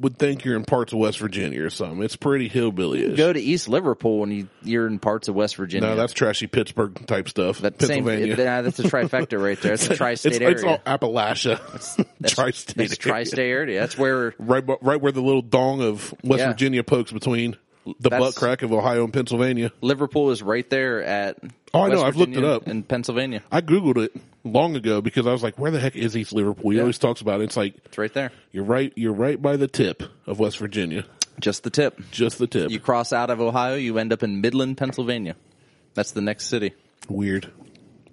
B: would think you're in parts of West Virginia or something. It's pretty hillbilly ish.
A: go to East Liverpool and you, you're in parts of West Virginia.
B: No, that's trashy Pittsburgh type stuff.
A: that same.
B: Pennsylvania.
A: nah, that's a trifecta right there. That's a tri-state
B: [LAUGHS] it's,
A: area.
B: it's all [LAUGHS] Appalachia.
A: that's,
B: tri-state.
A: That's
B: area.
A: tri-state area. That's where
B: Right, bu- right where the little dong of West
A: Yeah.
B: Virginia pokes between the
A: That's-
B: butt crack of Ohio and Pennsylvania.
A: Liverpool is. Right there at.
B: Oh, I know.
A: West
B: I've looked it
A: Virginia
B: up.
A: in Pennsylvania.
B: I Googled it long ago because I was like, where the heck is East Liverpool? He
A: Yeah.
B: always talks about it. It's like,
A: It's right there.
B: you're right, you're right by the tip of West Virginia.
A: Just the tip.
B: Just the tip.
A: You cross out of Ohio, you end up in Midland, Pennsylvania. That's the next city.
B: Weird.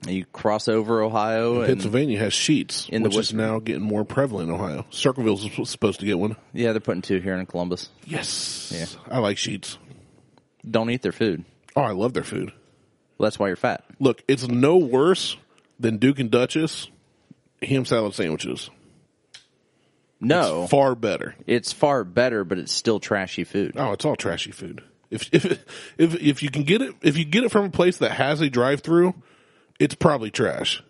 A: You cross over Ohio and
B: Pennsylvania has sheets,
A: In the
B: which
A: West-
B: is now getting more prevalent in Ohio. Circleville's sup- supposed to get one.
A: yeah, they're putting two here in Columbus.
B: Yes. I like sheets.
A: Don't eat their food.
B: Oh, I love their food.
A: Well, that's why you're fat.
B: Look, it's no worse than Duke and Duchess ham salad sandwiches.
A: No, it's far,
B: Far better.
A: better, but it's still trashy food.
B: Oh, it's all trashy food. If if if if you can get it if you get it from a place that has a drive through, it's probably trash.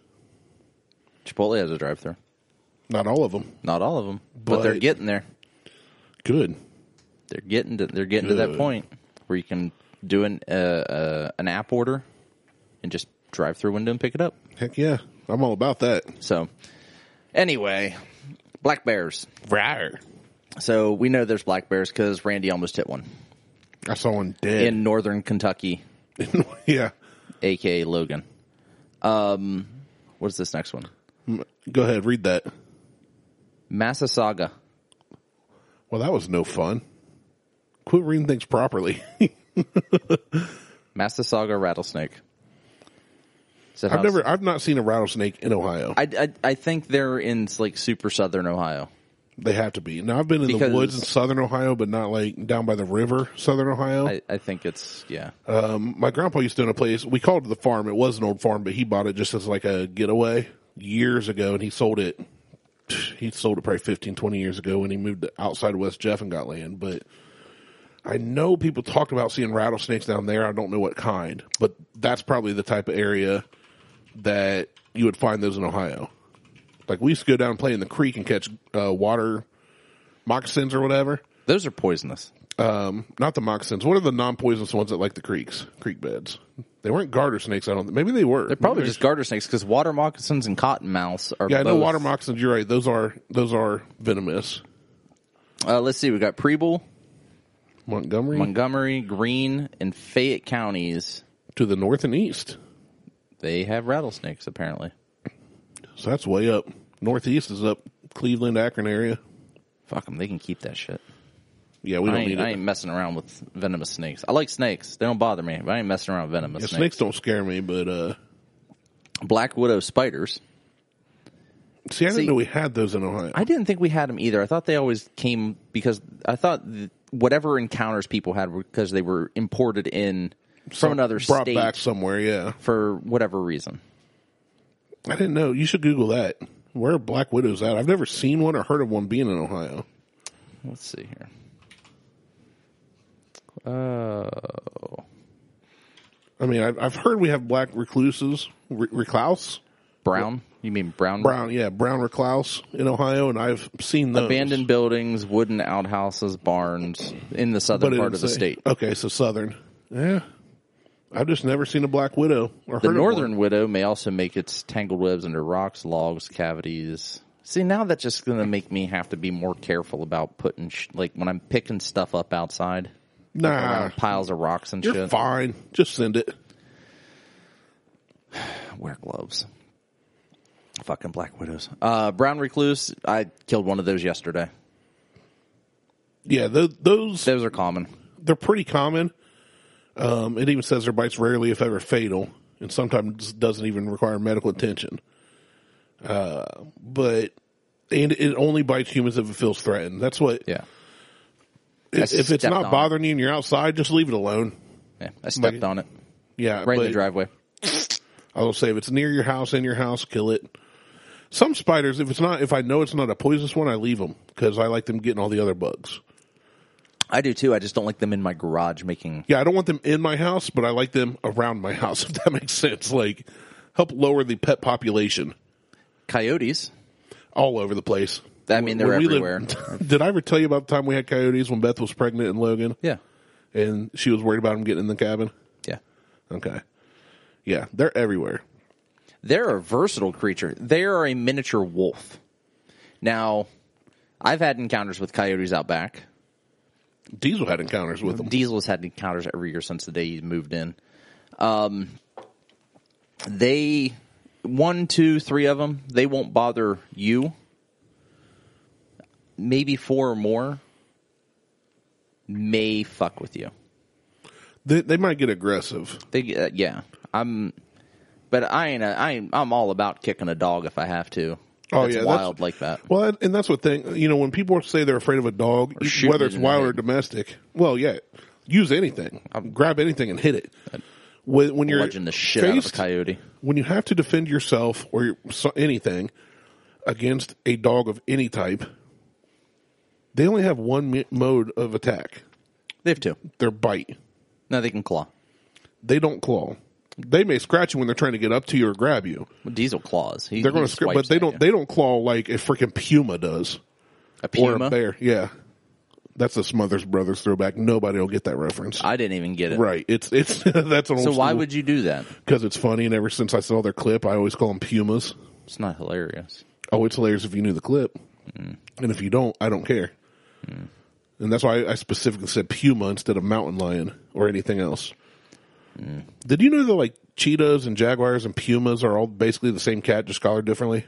A: Chipotle has a drive-through.
B: Not all of them.
A: Not all of them, but,
B: But-
A: they're getting there.
B: Good.
A: They're getting to they're getting to that
B: Good.
A: point where you can do an uh, uh, an app order and just drive through window and pick it up.
B: Heck yeah. I'm all about that.
A: So anyway, Black bears.
B: Rawr.
A: So we know there's black bears because Randy almost hit one
B: I saw one dead.
A: in northern Kentucky,
B: [LAUGHS] yeah.
A: aka Logan. Um, what is this next one?
B: Go ahead, read that.
A: Massasauga.
B: Well, that was no fun. Quit reading things properly. [LAUGHS]
A: Massasauga rattlesnake. So
B: I've never, I've not seen a rattlesnake in Ohio.
A: I, I I think they're in like super southern Ohio.
B: they have to be. Now I've been in
A: Because-
B: the woods in southern Ohio, but not like down by the river, southern Ohio.
A: I, I think it's yeah.
B: my grandpa used to own a place. We called it the farm. It was an old farm, but he bought it just as like a getaway years ago, and he sold it. [SNIFFS] He sold it probably 15, 20 years ago when he moved to outside of West Jeff and got land. But I know people talked about seeing rattlesnakes down there. I don't know what kind, but that's probably the type of area that you would find those in Ohio. Like we used to go down and play in the creek and catch uh, water moccasins or whatever.
A: Those are poisonous.
B: Um, not the moccasins. What are the non-poisonous ones that like the creeks, creek beds? They weren't garter snakes. I don't. Maybe they were. They're
A: Probably just garter snakes because water moccasins and cottonmouths are.
B: Yeah, I know
A: both-
B: water moccasins. You're right. Those are those are venomous.
A: Uh, let's see. We got Preble,
B: Montgomery
A: Montgomery, Green, and Fayette counties.
B: to the north and east.
A: They have rattlesnakes apparently.
B: So that's way up. Northeast is up Cleveland, Akron area.
A: Fuck them. They can keep that shit.
B: Yeah, we
A: I
B: don't
A: ain't,
B: need
A: I
B: it.
A: ain't messing around with venomous snakes. I like snakes. They don't bother me. But I ain't messing around with venomous
B: Yeah,
A: snakes.
B: snakes don't scare me, but uh,
A: Black widow spiders.
B: see, I
A: See-
B: didn't know we had those in Ohio.
A: I didn't think we had them either. I thought they always came because I thought th- whatever encounters people had were because they were imported in from another
B: brought
A: state
B: back somewhere. Yeah,
A: for whatever reason.
B: I didn't know. You should Google that. Where are black widows at? I've never seen one or heard of one being in Ohio.
A: Let's see here. Oh,
B: I mean, I've, I've heard we have black recluses, re- recluse,
A: brown. You mean brown?
B: brown, yeah, brown recluse in Ohio, and I've seen those
A: Abandoned buildings, wooden outhouses, barns in the
B: but
A: southern
B: it
A: part
B: didn't
A: of the
B: say-
A: state.
B: Okay, so southern, yeah. I've just never seen a black widow or
A: The
B: heard
A: northern
B: Of one.
A: widow may also make its tangled webs under rocks, logs, cavities. See, now that's just going to make me have to be more careful about putting, sh- like, when I'm picking stuff up outside,
B: Nah,
A: around piles of rocks and
B: Ah. you're
A: shit.
B: fine. Just send it.
A: Wear gloves. Fucking black widows. Uh, brown recluse. I killed one of those yesterday.
B: Yeah, tho- those
A: Those are common.
B: they're pretty common. Um, it even says their bites rarely, if ever, fatal, and sometimes doesn't even require medical attention. Uh, but and it only bites humans if it feels threatened. That's what.
A: Yeah.
B: If,
A: I
B: if it's
A: stepped
B: not
A: on
B: bothering you and you're outside, just leave it alone.
A: yeah I stepped on it
B: Yeah,
A: right in
B: but
A: the driveway.
B: I will say if it's near your house, in your house, kill it. Some spiders, if it's not, if I know it's not a poisonous one, I leave them because I like them getting all the other bugs.
A: I do too. I just don't like them in my garage making.
B: Yeah, I don't want them in my house, but I like them around my house. [LAUGHS] If that makes sense, like help lower the pet population
A: Coyotes.
B: all over the place.
A: I mean, they're
B: When we
A: everywhere.
B: lived- [LAUGHS] did I ever tell you about the time we had coyotes when Beth was pregnant and Logan,
A: yeah.
B: and she was worried about them getting in the cabin?
A: Yeah.
B: Okay, yeah, they're everywhere.
A: They're a versatile creature. They are a miniature wolf. Now, I've had encounters with coyotes out back.
B: Diesel had encounters with them.
A: Diesel has had encounters every year since the day he moved in. Um, they one, two, three of them. They won't bother you. Maybe four or more may fuck with you.
B: They, they might get aggressive.
A: They uh, yeah. I'm, but I ain't. A, I ain't, I'm all about kicking a dog if I have to.
B: Oh,
A: That's
B: yeah, that's-
A: wild like that.
B: Well, that- and that's what thing you know when people say they're afraid of a dog,
A: shooting
B: whether
A: it
B: it's
A: in the
B: wild
A: head.
B: or domestic. Well, yeah, use anything, grab anything and hit it. When, when you're
A: Bludgeon the shit out of a
B: faced-
A: coyote.
B: when you have to defend yourself or your- so- anything against a dog of any type, they only have one mi- mode of attack:
A: They have two.
B: their bite.
A: No, they can claw.
B: They don't claw. They may scratch you when they're trying to get up to you or grab you.
A: Well, Diesel claws. He,
B: They're going
A: he
B: to scratch,
A: swipes
B: but they
A: at
B: don't.
A: you.
B: They don't claw like a freaking puma does.
A: a
B: or
A: puma?
B: a bear. Yeah, that's a Smothers Brothers throwback. Nobody will get that reference.
A: I didn't even get it.
B: right? It's it's [LAUGHS] that's an
A: So why would you do that?
B: because it's funny. And ever since I saw their clip, I always call them pumas.
A: It's not hilarious.
B: Oh, it's hilarious if you knew the clip.
A: Mm.
B: And if you don't, I don't care. And that's why I specifically said Puma instead of mountain lion or anything else.
A: Mm.
B: Did you know that like Cheetos and Jaguars and Pumas are all basically the same cat, just collared differently?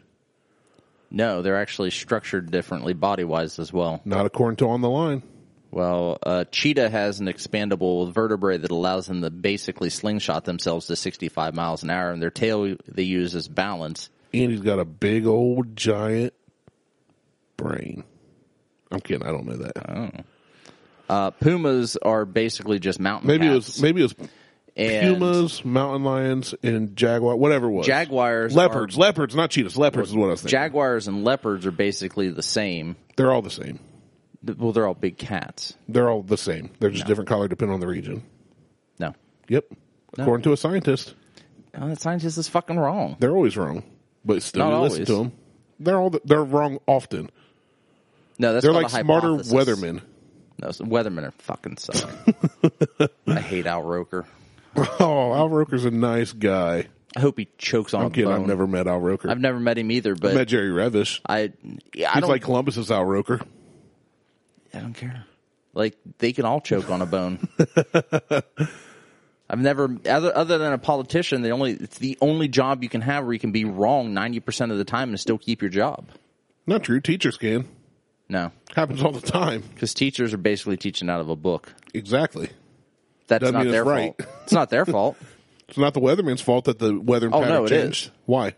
A: No, they're actually structured differently body wise as well.
B: Not according to on the line.
A: Well, uh, cheetah has an expandable vertebrae that allows them to basically slingshot themselves to 65 miles an hour, and their tail they use as balance.
B: Andy's got a big old giant brain. I'm kidding. I don't know that.
A: Oh, Uh, pumas are basically just mountain
B: maybe it
A: cats.
B: was maybe it was
A: And-
B: pumas, mountain lions, and jaguar, whatever it was.
A: Jaguars are-
B: leopards, leopards, not cheetahs. Leopards is what I was thinking.
A: jaguars and leopards are basically the same.
B: They're all the same.
A: Th- Well, they're all big cats.
B: They're all the same. They're just different color depending on the region.
A: No,
B: Yep. According to a scientist,
A: oh, that scientist is fucking wrong.
B: they're always wrong, but still
A: Not
B: you listen
A: always.
B: to them. They're all the, they're wrong often.
A: No, that's
B: They're
A: called
B: like
A: a
B: smarter
A: hypothesis.
B: weathermen. [LAUGHS]
A: No, so weathermen are fucking suck. I hate Al Roker.
B: Oh, Al Roker's a nice guy.
A: I hope he chokes on.
B: I'm kidding.
A: a
B: I've
A: bone.
B: never met Al Roker.
A: I've
B: I've
A: never met him either, but
B: met Jerry Revish.
A: I, yeah, I
B: He's
A: don't,
B: like Columbus's Al Roker.
A: I don't care. Like they can all choke on a bone. [LAUGHS] I've never, other other than a politician, the only it's the only job you can have where you can be wrong ninety percent of the time and still keep your job.
B: Not true. Teachers can.
A: No,
B: Happens all the time.
A: because teachers are basically teaching out of a book.
B: Exactly.
A: That's
B: Doesn't
A: not
B: mean
A: their
B: it's right.
A: fault. It's not their fault
B: It's not the weatherman's fault that the weather
A: Oh,
B: pattern
A: no, it
B: changed.
A: is.
B: Why?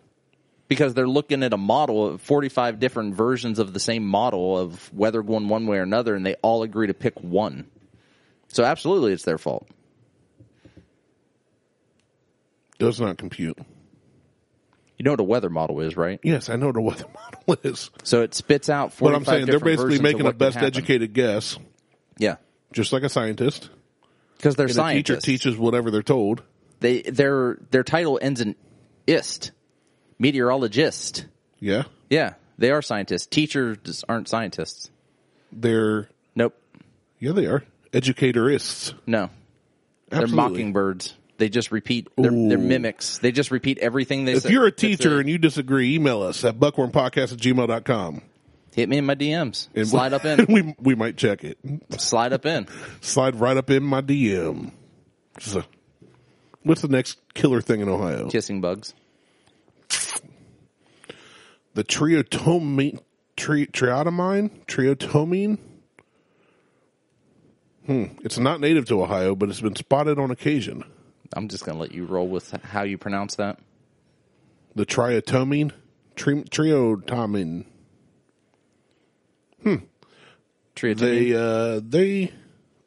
A: because they're looking at a model of forty-five different versions of the same model of weather going one way or another, and they all agree to pick one. So absolutely, it's their fault.
B: Does not compute.
A: You know what a weather model is, right?
B: Yes, I know what a weather [LAUGHS] model is.
A: So it spits out
B: But
A: 45
B: I'm saying they're
A: different
B: basically
A: versions
B: making
A: of
B: a
A: what could
B: best
A: happen.
B: educated guess,
A: Yeah,
B: just like a scientist.
A: because they're
B: And a teacher
A: scientists.
B: teaches whatever they're told.
A: They their their title ends in ist, meteorologist.
B: Yeah.
A: Yeah, they are scientists. Teachers aren't scientists.
B: They're,
A: Nope.
B: yeah, they are. Educatorists.
A: No, they're
B: Absolutely.
A: mockingbirds. They just repeat. They're,
B: Ooh.
A: they're mimics. They just repeat everything they
B: If
A: say.
B: you're a
A: That's it.
B: teacher and you disagree, email us at buckhornpodcast at gmail.com.
A: hit me in my DMs.
B: [LAUGHS] And
A: slide
B: we,
A: up in.
B: we, we might check it. [LAUGHS]
A: slide up in.
B: Slide right up in my DM. So, what's the next killer thing in Ohio?
A: Kissing bugs.
B: the triotomine, tri, triotomine, triotomine. Hmm. It's not native to Ohio, but it's been spotted on occasion.
A: I'm just gonna let you roll with how you pronounce that.
B: The triotomine, tri, triotomine.
A: Triotomine.
B: They uh, they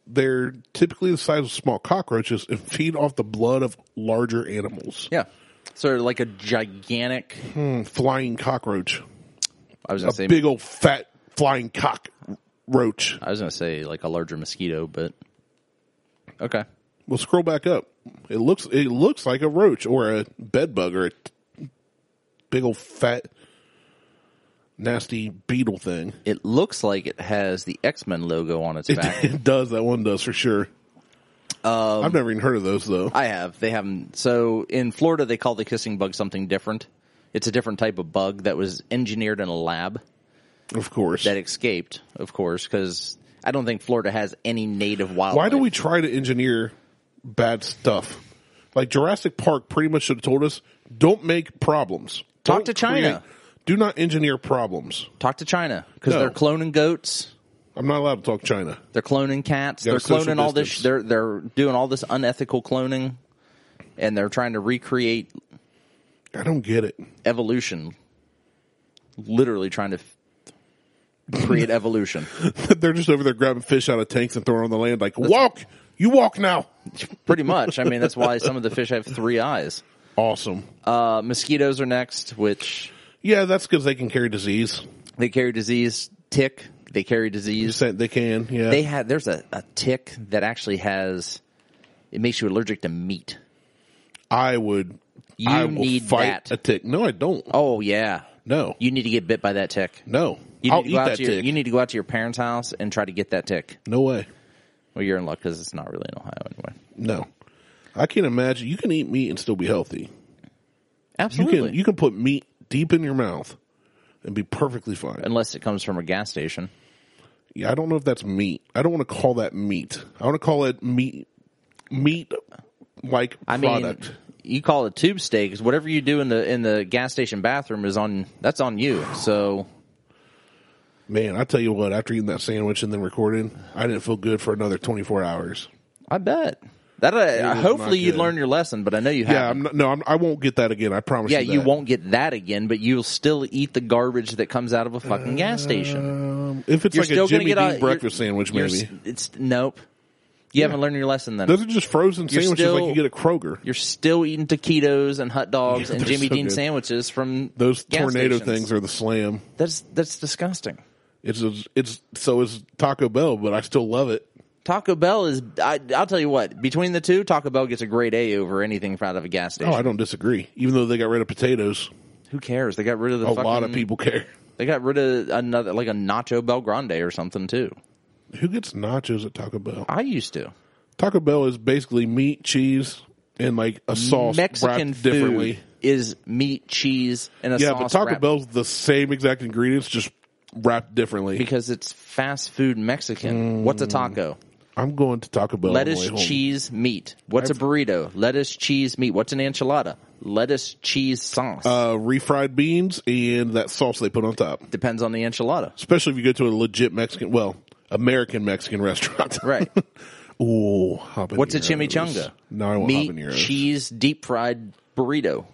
B: they're typically the size of small cockroaches and feed off the blood of larger animals.
A: yeah. So like a gigantic.
B: Hmm, flying cockroach,
A: I was gonna say
B: big old fat flying cockroach.
A: I was gonna say like a larger mosquito, but okay.
B: Well, scroll back up. It looks it looks like a roach or a bed bug or a t- big old fat nasty beetle thing. [LAUGHS]
A: It looks like it has the X Men logo on its [LAUGHS] back.
B: It does that one does for sure.
A: Um,
B: I've never even heard of those though.
A: I have. They haven't. So in Florida, they call the kissing bug something different. It's a different type of bug that was engineered in a lab
B: Of course.
A: that escaped, of course, because I don't think Florida has any native wildlife.
B: Why do we try to engineer bad stuff? Like Jurassic Park pretty much should have told us, don't make problems.
A: Talk
B: Don't
A: to China.
B: create- do not engineer problems.
A: talk to China? Because
B: No.
A: they're cloning goats.
B: I'm not allowed to talk China.
A: They're cloning cats.
B: Gotta
A: They're
B: social
A: cloning all this.
B: distance.
A: They're they're doing all this unethical cloning, and they're trying to recreate
B: I don't get it.
A: evolution. Literally trying to f- create evolution.
B: They're just over there grabbing fish out of tanks and throwing on the land. Like, walk, you walk now.
A: Pretty much. I mean, that's why some of the fish have three eyes.
B: Awesome.
A: Uh, mosquitoes are next, which
B: Yeah, that's because they can carry disease.
A: they carry disease. Tick, they carry
B: You
A: disease.
B: said they can. Yeah,
A: They had there's a, a tick that actually has it makes you allergic to meat.
B: I would.
A: You
B: I will
A: need
B: fight
A: that.
B: a tick. No, I don't.
A: Oh yeah,
B: No,
A: you need to get bit by that tick.
B: no.
A: You need
B: I'll
A: to
B: eat
A: go out
B: that
A: to your,
B: tick.
A: You need to go out to your parents' house and try to get that tick.
B: no way.
A: Well, you're in luck because it's not really in Ohio anyway.
B: No, I can't imagine. You can eat meat and still be healthy. You
A: Absolutely.
B: can. You can put meat deep in your mouth and be perfectly fine.
A: unless it comes from a gas station.
B: yeah, I don't know if that's meat. I don't want to call that meat. I want to call it meat, meat like
A: I
B: product.
A: mean, you call it tube steak. 'cause Whatever you do in the in the gas station bathroom is on that's on you. So
B: Man, I tell you what, after eating that sandwich and then recording, I didn't feel good for another 24 hours.
A: I bet that.
B: was
A: Uh,
B: not
A: hopefully you
B: good.
A: learned your lesson, but I know you
B: Yeah,
A: haven't.
B: I'm not, no, I'm, I won't get that again. I promise
A: Yeah,
B: you.
A: you
B: that.
A: won't get that again, but you'll still eat the garbage that comes out of a fucking gas station.
B: Um, if Uh, it's
A: You're
B: like
A: still
B: a Jimmy
A: gonna get
B: Dean
A: all,
B: breakfast
A: you're-
B: sandwich,
A: you're
B: maybe.
A: s- It's nope. You haven't learned your lesson then.
B: Those are just frozen
A: You're
B: sandwiches
A: still-
B: like you get at Kroger.
A: You're still eating taquitos and hot dogs
B: Yeah,
A: and
B: they're
A: Jimmy
B: so
A: Dean
B: good.
A: sandwiches from
B: Those
A: gas
B: tornado
A: stations.
B: things are the slam.
A: That's that's disgusting.
B: It's it's so is Taco Bell, but I still love it.
A: Taco Bell is. I, I'll tell you what. Between the two, Taco Bell gets a grade A over anything out of a gas station.
B: Oh, I don't disagree. Even though they got rid of potatoes,
A: Who cares? They got rid of the
B: Oh. a
A: fucking,
B: lot of people care. [LAUGHS]
A: They got rid of another like a Nacho Bel Grande or something too.
B: Who gets nachos at Taco Bell?
A: I used to.
B: Taco Bell is basically meat, cheese, and like a sauce
A: Mexican
B: wrapped differently.
A: food is meat, cheese, and a
B: Yeah, but
A: sauce
B: Taco
A: wrap-
B: Bell's the same exact ingredients, just wrapped differently.
A: because it's fast food Mexican. What's a taco?
B: I'm going to Taco Bell. on the way
A: Lettuce,
B: Mm. home.
A: cheese, meat. What's a burrito? Lettuce, cheese, meat. What's an enchilada? Lettuce, cheese, sauce.
B: uh, refried beans, and that sauce they put on top.
A: Depends on the enchilada.
B: Especially if you go to a legit Mexican, well, American Mexican restaurant.
A: [LAUGHS] Right.
B: [LAUGHS] Ooh, habaneros.
A: What's a chimichanga?
B: No, I want
A: meat,
B: habaneros.
A: cheese, deep fried burrito.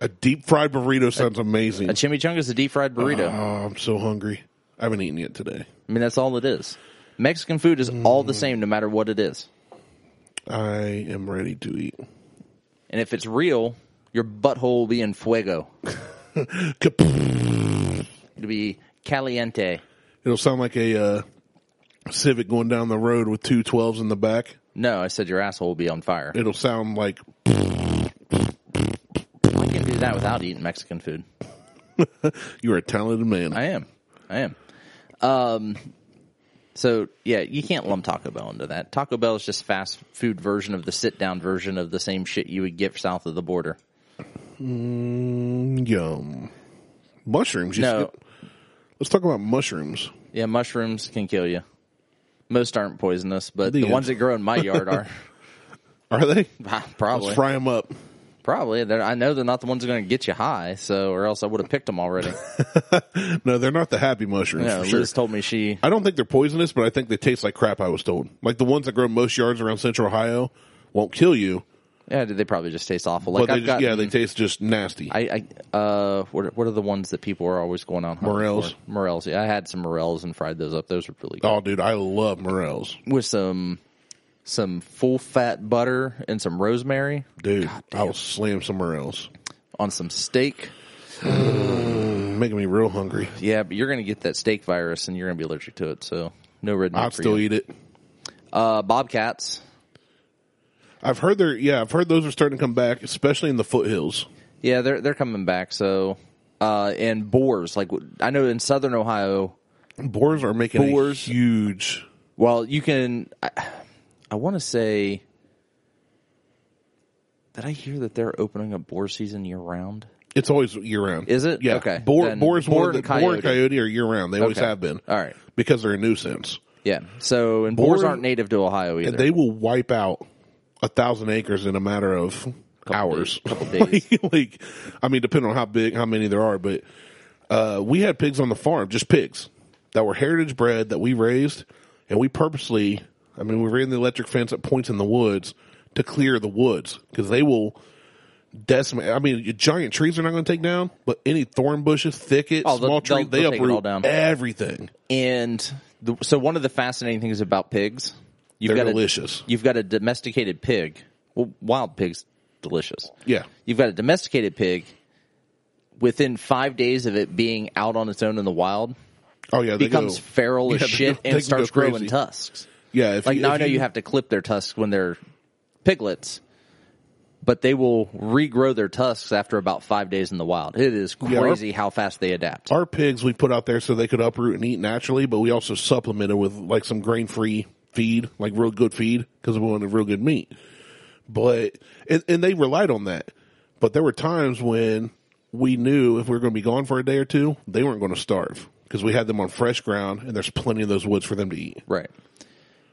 B: A deep fried burrito sounds amazing.
A: A chimichanga is a deep fried burrito.
B: oh, I'm so hungry. I haven't eaten yet today.
A: I mean, that's all it is. Mexican food is all the same, no matter what it is.
B: I am ready to eat. [LAUGHS]
A: And if it's real, your butthole will be in fuego.
B: Kap-
A: It'll be caliente.
B: It'll sound like a uh, Civic going down the road with two 12s in the back.
A: No, I said your asshole will be on fire.
B: It'll sound like
A: I can do that without eating Mexican food.
B: you're a talented man.
A: I am. I am. Um, so yeah, you can't lump Taco Bell into that. Taco Bell is just fast food version of the sit down version of the same shit you would get south of the border.
B: Yum. um, Mushrooms. You
A: No,
B: skip- Let's talk about mushrooms.
A: yeah, mushrooms can kill you. Most aren't poisonous, but the,
B: The end.
A: ones that grow in my yard
B: [LAUGHS]
A: are [LAUGHS]
B: Are they?
A: probably
B: Let's fry them up.
A: probably. They're, I know they're not the ones that are going to get you high, so or else I would have picked them
B: [LAUGHS]
A: already.
B: No, they're not the happy mushrooms
A: Yeah,
B: for sure.
A: Liz told me she.
B: I don't think they're poisonous, but I think they taste like crap. I was told, like the ones that grow most yards around Central Ohio won't kill you,
A: Yeah, they probably just taste awful.
B: but
A: Like
B: they
A: I've
B: just,
A: got.
B: yeah, they taste just nasty.
A: I, I uh, what are, what are the ones that people are always going on? hunting
B: Morels.
A: for? Morels. Yeah, I had some morels and fried those up. Those were really good
B: oh, dude, I love morels,
A: with some some full fat butter and some rosemary
B: dude. I will slam some morels.
A: on some steak.
B: You're making me real hungry.
A: Yeah, but you're gonna get that steak virus and you're gonna be allergic to it. So no red meat
B: I'd
A: for
B: still
A: you.
B: eat it.
A: Uh, bobcats.
B: I've heard they're yeah, I've heard those are starting to come back, especially in the foothills.
A: Yeah, they're they're coming back. So uh, and boars. Like I know in southern Ohio,
B: Boars are making
A: Boars.
B: a huge.
A: Well, you can. I, I want to say. Did I hear that they're opening up boar season year round?
B: It's always year round.
A: Is it?
B: Yeah.
A: Okay.
B: Boar,
A: Then
B: boars,
A: boar
B: boar,
A: and
B: boar and
A: coyote.
B: coyote are year round. They always
A: Okay.
B: have been.
A: All right.
B: Because they're a nuisance.
A: Yeah. So, and boars
B: Boar-
A: aren't native to Ohio either.
B: And they will wipe out a thousand acres in a matter of hours.
A: days-
B: [LAUGHS]
A: couple days.
B: like, like, I mean, depending on how big, how many there are, but uh, we had pigs on the farm, just pigs that were heritage bred that we raised, and we purposely, I mean, we ran the electric fence at points in the woods to clear the woods because they will decimate. I mean, your giant trees are not going to take down, but any thorn bushes, thickets,
A: Oh, they'll-
B: small trees,
A: they'll-
B: they
A: they'll take it all
B: uproot
A: down.
B: everything.
A: and the, so, one of the fascinating things about pigs, you've
B: They're
A: got
B: delicious.
A: A, you've got a domesticated pig. Well, wild pigs, delicious.
B: Yeah.
A: You've got a domesticated pig. Within five days of it being out on its own in the wild,
B: Oh yeah, they
A: becomes
B: go-
A: feral as
B: Yeah, they
A: shit
B: go- they
A: and
B: can go
A: starts growing
B: crazy.
A: tusks.
B: Yeah, if
A: Like
B: you,
A: now,
B: if
A: I know you have to clip their tusks when they're piglets, but they will regrow their tusks after about five days in the wild. It is
B: our-
A: crazy how fast they adapt.
B: our pigs we put out there so they could uproot and eat naturally, but we also supplemented with like some grain free feed, like real good feed, because we wanted real good meat. But and, and they relied on that. But there were times when we knew if we were going to be gone for a day or two, they weren't going to starve because we had them on fresh ground and there's plenty of those woods for them to eat.
A: Right.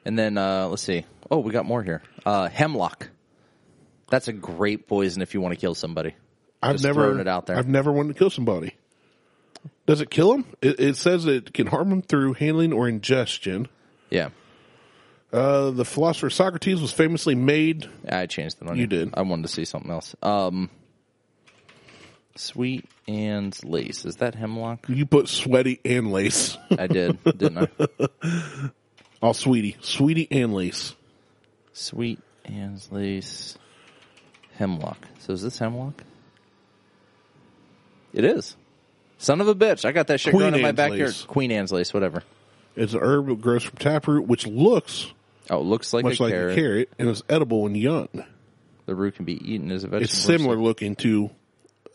A: And then uh, let's see. Oh, we got more here. Uh, hemlock. That's a great poison if you want to kill somebody.
B: I've
A: Just
B: never
A: throwing it out there.
B: I've never wanted to kill somebody. Does it kill them? It, it says it can harm them through handling or ingestion.
A: Yeah.
B: Uh, the philosopher Socrates was famously made.
A: I changed the one.
B: You did.
A: I wanted to see something else. Um, sweet and lace. Is that hemlock?
B: You put sweaty and lace. [LAUGHS]
A: I did, didn't I?
B: oh, sweetie, sweetie and lace.
A: Sweet and lace. Hemlock. So is this hemlock? It is. Son of a bitch! I got that shit
B: Queen
A: growing in my
B: Anne's
A: backyard.
B: lace.
A: Queen Anne's lace, whatever.
B: It's an herb that grows from taproot, which looks
A: Oh, it looks like
B: much
A: a
B: like
A: carrot.
B: a carrot and is edible when young.
A: The root can be eaten as a vegetable.
B: It's similar looking to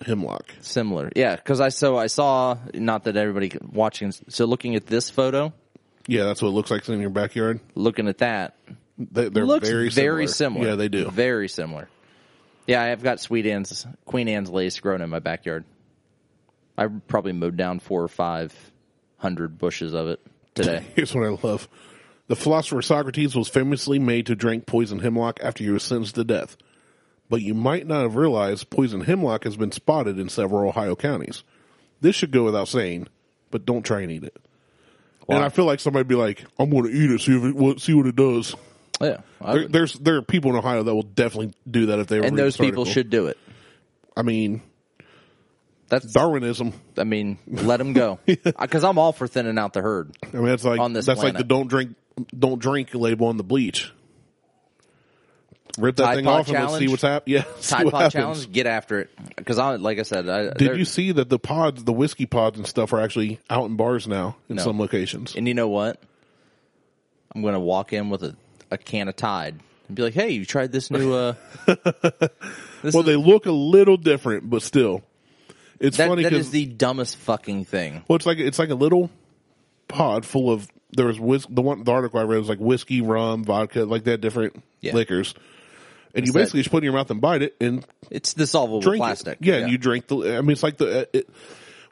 B: hemlock.
A: Similar, yeah. Because I so I saw not that everybody watching. So looking at this photo,
B: Yeah, that's what it looks like in your backyard.
A: looking at that,
B: They, they're
A: looks
B: very similar. Yeah, they do.
A: Very similar. Yeah, I've got Sweet Anne's Queen Anne's lace grown in my backyard. I probably mowed down four or five hundred bushes of it today.
B: [LAUGHS] Here's what I love. The philosopher Socrates was famously made to drink poison hemlock after he was sentenced to death. But you might not have realized poison hemlock has been spotted in several Ohio counties. This should go without saying, but don't try and eat it. And
A: Why?
B: I feel like somebody'd be like, "I'm going to eat it, see if it what, see what it does."
A: yeah, I
B: There,
A: would-
B: there's there are people in Ohio that will definitely do that if they
A: Uh, and those people should do it.
B: I mean,
A: That's
B: Darwinism.
A: I mean, let them go
B: [LAUGHS]
A: because I'm all for thinning out the herd.
B: I mean, [LAUGHS] that's like
A: On this
B: that's
A: planet.
B: like the don't drink don't drink label on the bleach. Rip that
A: Tide
B: thing
A: Pod
B: off and let's see
A: challenge?
B: what's happening. Yeah, [LAUGHS] see
A: Tide
B: what
A: Pod
B: happens.
A: Challenge, get after it because I like I said, I,
B: Did you see that the pods, the whiskey pods and stuff, are actually out in bars now in
A: No.
B: some locations?
A: And you know what? I'm going to walk in with a, a can of Tide and be like, "Hey, you tried this new
B: [LAUGHS]
A: uh this
B: Well,
A: is-
B: they look a little different, but still, it's
A: that,
B: funny
A: that is
B: because
A: the dumbest fucking thing."
B: well, it's like it's like a little pod full of there was whis- the one the article I read was like whiskey, rum, vodka, like that different
A: Yeah.
B: liquors, and you
A: that-
B: basically just put it in your mouth and bite it and
A: It's dissolvable
B: drink it.
A: plastic.
B: Yeah, and you drink the. I mean, it's like the. It,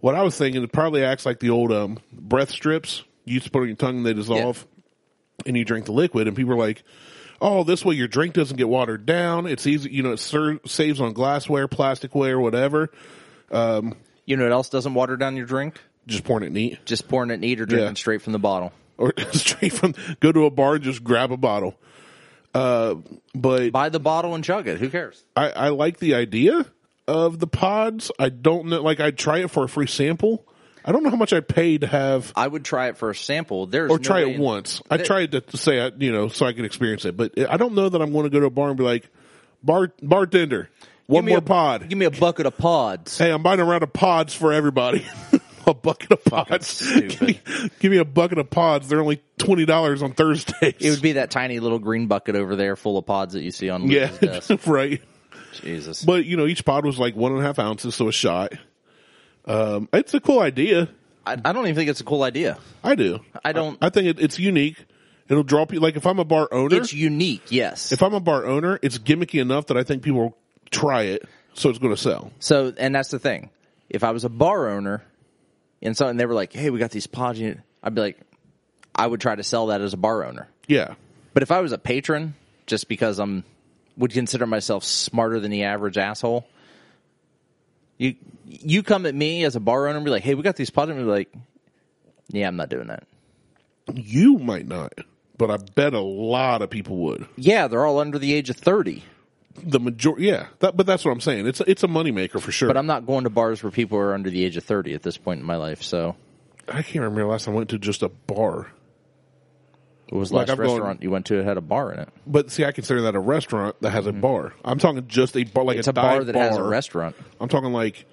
B: what I was thinking, it probably acts like the old um, breath strips. You used to put on your tongue and they dissolve, and you drink the liquid. And people are like, "Oh, this way your drink doesn't get watered down. It's easy. You know, it ser- saves on glassware, plasticware, whatever.
A: You know what else doesn't water down your drink?
B: Just pouring it neat [LAUGHS]
A: Just pouring it neat or drinking
B: Yeah.
A: straight from the bottle.
B: or straight from. Go to a bar and just grab a bottle. Uh, but
A: Buy the bottle and chug it. Who cares?
B: I, I like the idea of the pods. I don't know. Like I'd try it for a free sample. I don't know how much I paid to have
A: I would try it for a sample. There's
B: or try it once. I tried to say, I, you know, so I could experience it, but I don't know that I'm going to go to a bar and be like, bar bartender, one more pod.
A: Give me a bucket of pods.
B: hey, I'm buying a round of pods for everybody. [LAUGHS] a bucket of pods. Give me, give me a bucket of pods. They're only twenty dollars on Thursdays.
A: It
B: [LAUGHS]
A: would be that tiny little green bucket over there full of pods that you see on
B: yeah,
A: Luke's [LAUGHS] desk.
B: [LAUGHS] right.
A: Jesus.
B: But you know, each pod was like one and a half ounces, so a shot. Um, it's a cool idea.
A: I, I don't even think it's a cool idea.
B: I do.
A: I don't-
B: I, think it, it's unique. It'll draw people. Like if I'm a bar owner,
A: It's unique, yes.
B: if I'm a bar owner, it's gimmicky enough that I think people will try it, so it's going to sell.
A: So, and that's the thing. If I was a bar owner and so, and they were like, "Hey, we got these pods," in it," I'd be like, "I would try to sell that as a bar owner."
B: Yeah,
A: But if I was a patron, just because I'm would consider myself smarter than the average asshole, you you come at me as a bar owner and be like, "Hey, we got these pods," and I'd be like, "Yeah, I'm not doing that."
B: you might not, but I bet a lot of people would.
A: Yeah, they're all under the age of thirty,
B: The majority, yeah. That, but that's what I'm saying. It's a, it's a moneymaker for sure.
A: but I'm not going to bars where people are under the age of thirty at this point in my life. So,
B: I can't remember the last time I went to just a bar.
A: it was the
B: Like,
A: last
B: I'm going-
A: restaurant you went to it had a bar in it.
B: But see, I consider that a restaurant that has a bar. I'm talking just a bar, like
A: Mm-hmm. It's
B: a,
A: a bar
B: dive
A: that has a
B: bar.
A: restaurant.
B: I'm talking like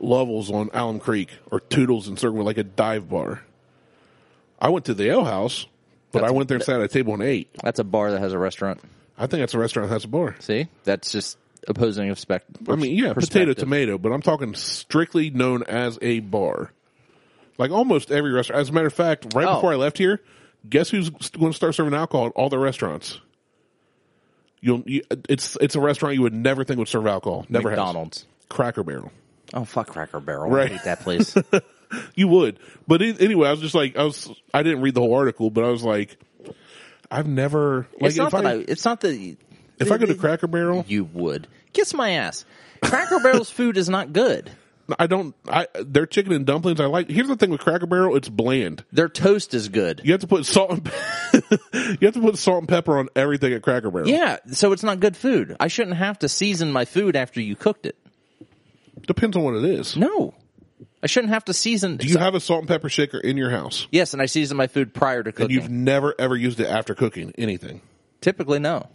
B: Lovell's on Alum Creek or Toodles in Circle, like a dive bar. I went to the Ale House, but
A: That's-
B: I went there and sat at a table and ate.
A: That's a bar that has a restaurant.
B: I think that's a restaurant that has a bar.
A: See, that's just opposing of spec.
B: I mean, yeah, potato
A: perspective.
B: tomato, but I'm talking strictly known as a bar. Like almost every restaurant. As a matter of fact, right
A: Oh.
B: before I left here, guess who's going to start serving alcohol at all the restaurants? You'll, you, it's it's a restaurant you would never think would serve alcohol. Never has.
A: McDonald's.
B: Cracker Barrel.
A: Oh fuck Cracker Barrel!
B: Right.
A: I hate that
B: [LAUGHS]
A: place.
B: You would. But it, anyway, I was just like, I was, I didn't read the whole article, but I was like, I've never, like,
A: it's not
B: if
A: that
B: I,
A: I, It's not that.
B: if I go to Cracker Barrel,
A: you would kiss my ass. Cracker [LAUGHS] Barrel's food is not good.
B: I don't, I, their chicken and dumplings, I like, here's the thing with Cracker Barrel, it's bland.
A: Their toast is good.
B: You have to put salt and, [LAUGHS] you have to put salt and pepper on everything at Cracker Barrel.
A: Yeah, so it's not good food. I shouldn't have to season my food after you cooked it.
B: Depends on what it is.
A: No, I shouldn't have to season.
B: Do you have a salt and pepper shaker in your house?
A: yes, and I season my food prior to
B: And
A: cooking.
B: you've never ever used it after cooking anything.
A: Typically, no.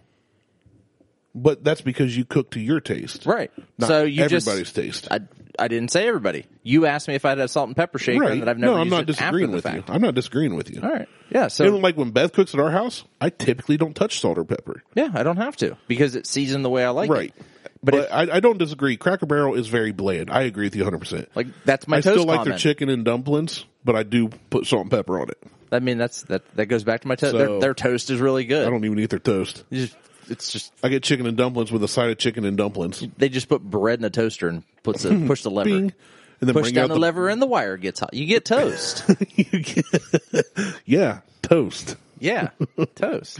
B: But that's because you cook to your taste.
A: Right.
B: Not
A: so you just
B: everybody's taste.
A: I, I didn't say everybody. You asked me if I had a salt and pepper shaker and that I've never
B: no,
A: used
B: I'm not
A: it after
B: disagreeing
A: the
B: with you.
A: fact.
B: I'm not disagreeing with you.
A: All right. Yeah. So
B: Even like when Beth cooks at our house, I typically don't touch salt or pepper.
A: yeah, I don't have to because it's seasoned the way I like
B: Right.
A: it.
B: But,
A: But
B: I, I don't disagree. Cracker Barrel is very bland. I agree with you 100%.
A: Like that's my
B: I
A: toast
B: still like
A: comment.
B: their chicken and dumplings, but I do put salt and pepper on it.
A: I mean, that's that that goes back to my toast.
B: So-
A: their, their toast is really good.
B: I don't even eat their toast.
A: You just- it's just
B: I get chicken and dumplings with a side of chicken and dumplings.
A: they just put bread in the toaster and puts the
B: [LAUGHS]
A: push the lever.
B: Bing. And then
A: Push
B: bring
A: down
B: out
A: the, lever and the wire gets hot. You get
B: [LAUGHS]
A: toast.
B: Yeah, toast.
A: yeah, toast.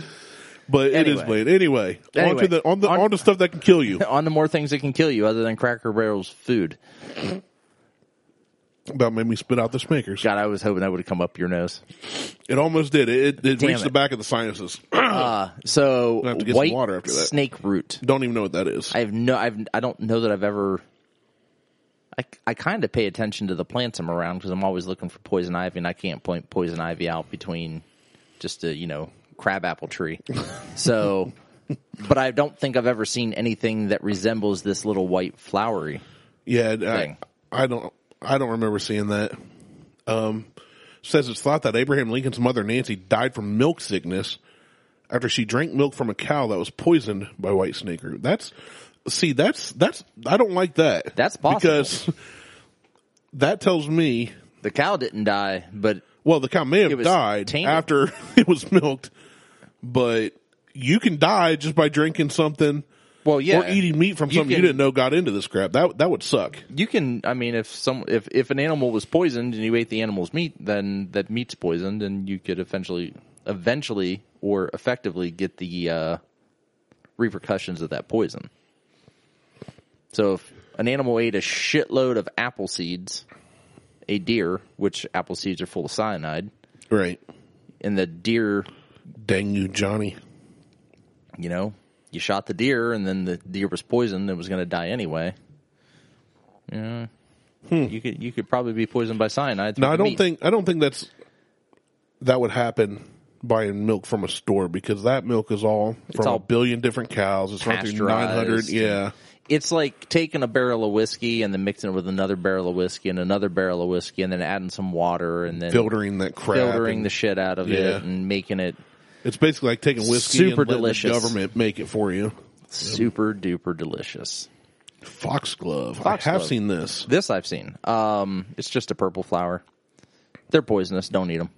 B: But it is
A: Anyway.
B: bland. Anyway, on
A: Anyway.
B: to the on the
A: On-
B: on to stuff that can kill you.
A: On to more things that can kill you other than Cracker Barrel's food.
B: About made me spit out the Snickers.
A: God, I was hoping that would have come up your nose.
B: It almost did. It it, it
A: Damn
B: reached the
A: it.
B: back of the sinuses. [CLEARS THROAT]
A: Uh, so
B: have to get some
A: white
B: water after that.
A: snake root.
B: Don't even know what that is.
A: I have no. I've. I don't know that I've ever. I, I kind of pay attention to the plants I'm around because I'm always looking for poison ivy, and I can't point poison ivy out between just a you know crabapple tree. So, but I don't think I've ever seen anything that resembles this little white flowery.
B: yeah, and I,
A: Thing.
B: I don't I don't remember seeing that. Um, says it's thought that Abraham Lincoln's mother Nancy died from milk sickness after she drank milk from a cow that was poisoned by white snake root. That's see that's that's I don't like that.
A: That's possible.
B: because that tells me
A: The cow didn't die, but
B: Well, the cow may have
A: was
B: died
A: tainted.
B: after [LAUGHS] it was milked, but you can die just by drinking something
A: well, yeah,
B: or eating meat from
A: You
B: something you
A: can-
B: didn't know got into this crap. That that would suck.
A: You can. I mean, if some if if an animal was poisoned and you ate the animal's meat, then that meat's poisoned, and you could eventually, eventually, or effectively get the uh, repercussions of that poison. So, if an animal ate a shitload of apple seeds, a deer, which apple seeds are full of cyanide,
B: Right.
A: and the deer,
B: Dang you, Johnny.
A: you know, you shot the deer, and then the deer was poisoned and was going to die anyway. Yeah. You could you could probably be poisoned by cyanide.
B: Hmm.
A: through
B: No, I
A: the
B: don't
A: meat.
B: think I don't think that's that would happen buying milk from a store because that milk is all from
A: all
B: a billion different cows. It's run through nine hundred.
A: pasteurized.
B: Yeah.
A: it's like taking a barrel of whiskey and then mixing it with another barrel of whiskey and another barrel of whiskey and then adding some water and then
B: Filtering that crap.
A: filtering
B: and
A: the shit out of
B: Yeah.
A: it and making it
B: it's basically like taking whiskey
A: Super
B: and letting
A: delicious.
B: the government make it for you.
A: super duper delicious.
B: Foxglove. I have
A: Foxglove.
B: seen this. [LAUGHS]
A: This I've seen. Um, it's just a purple flower. They're poisonous. Don't eat them.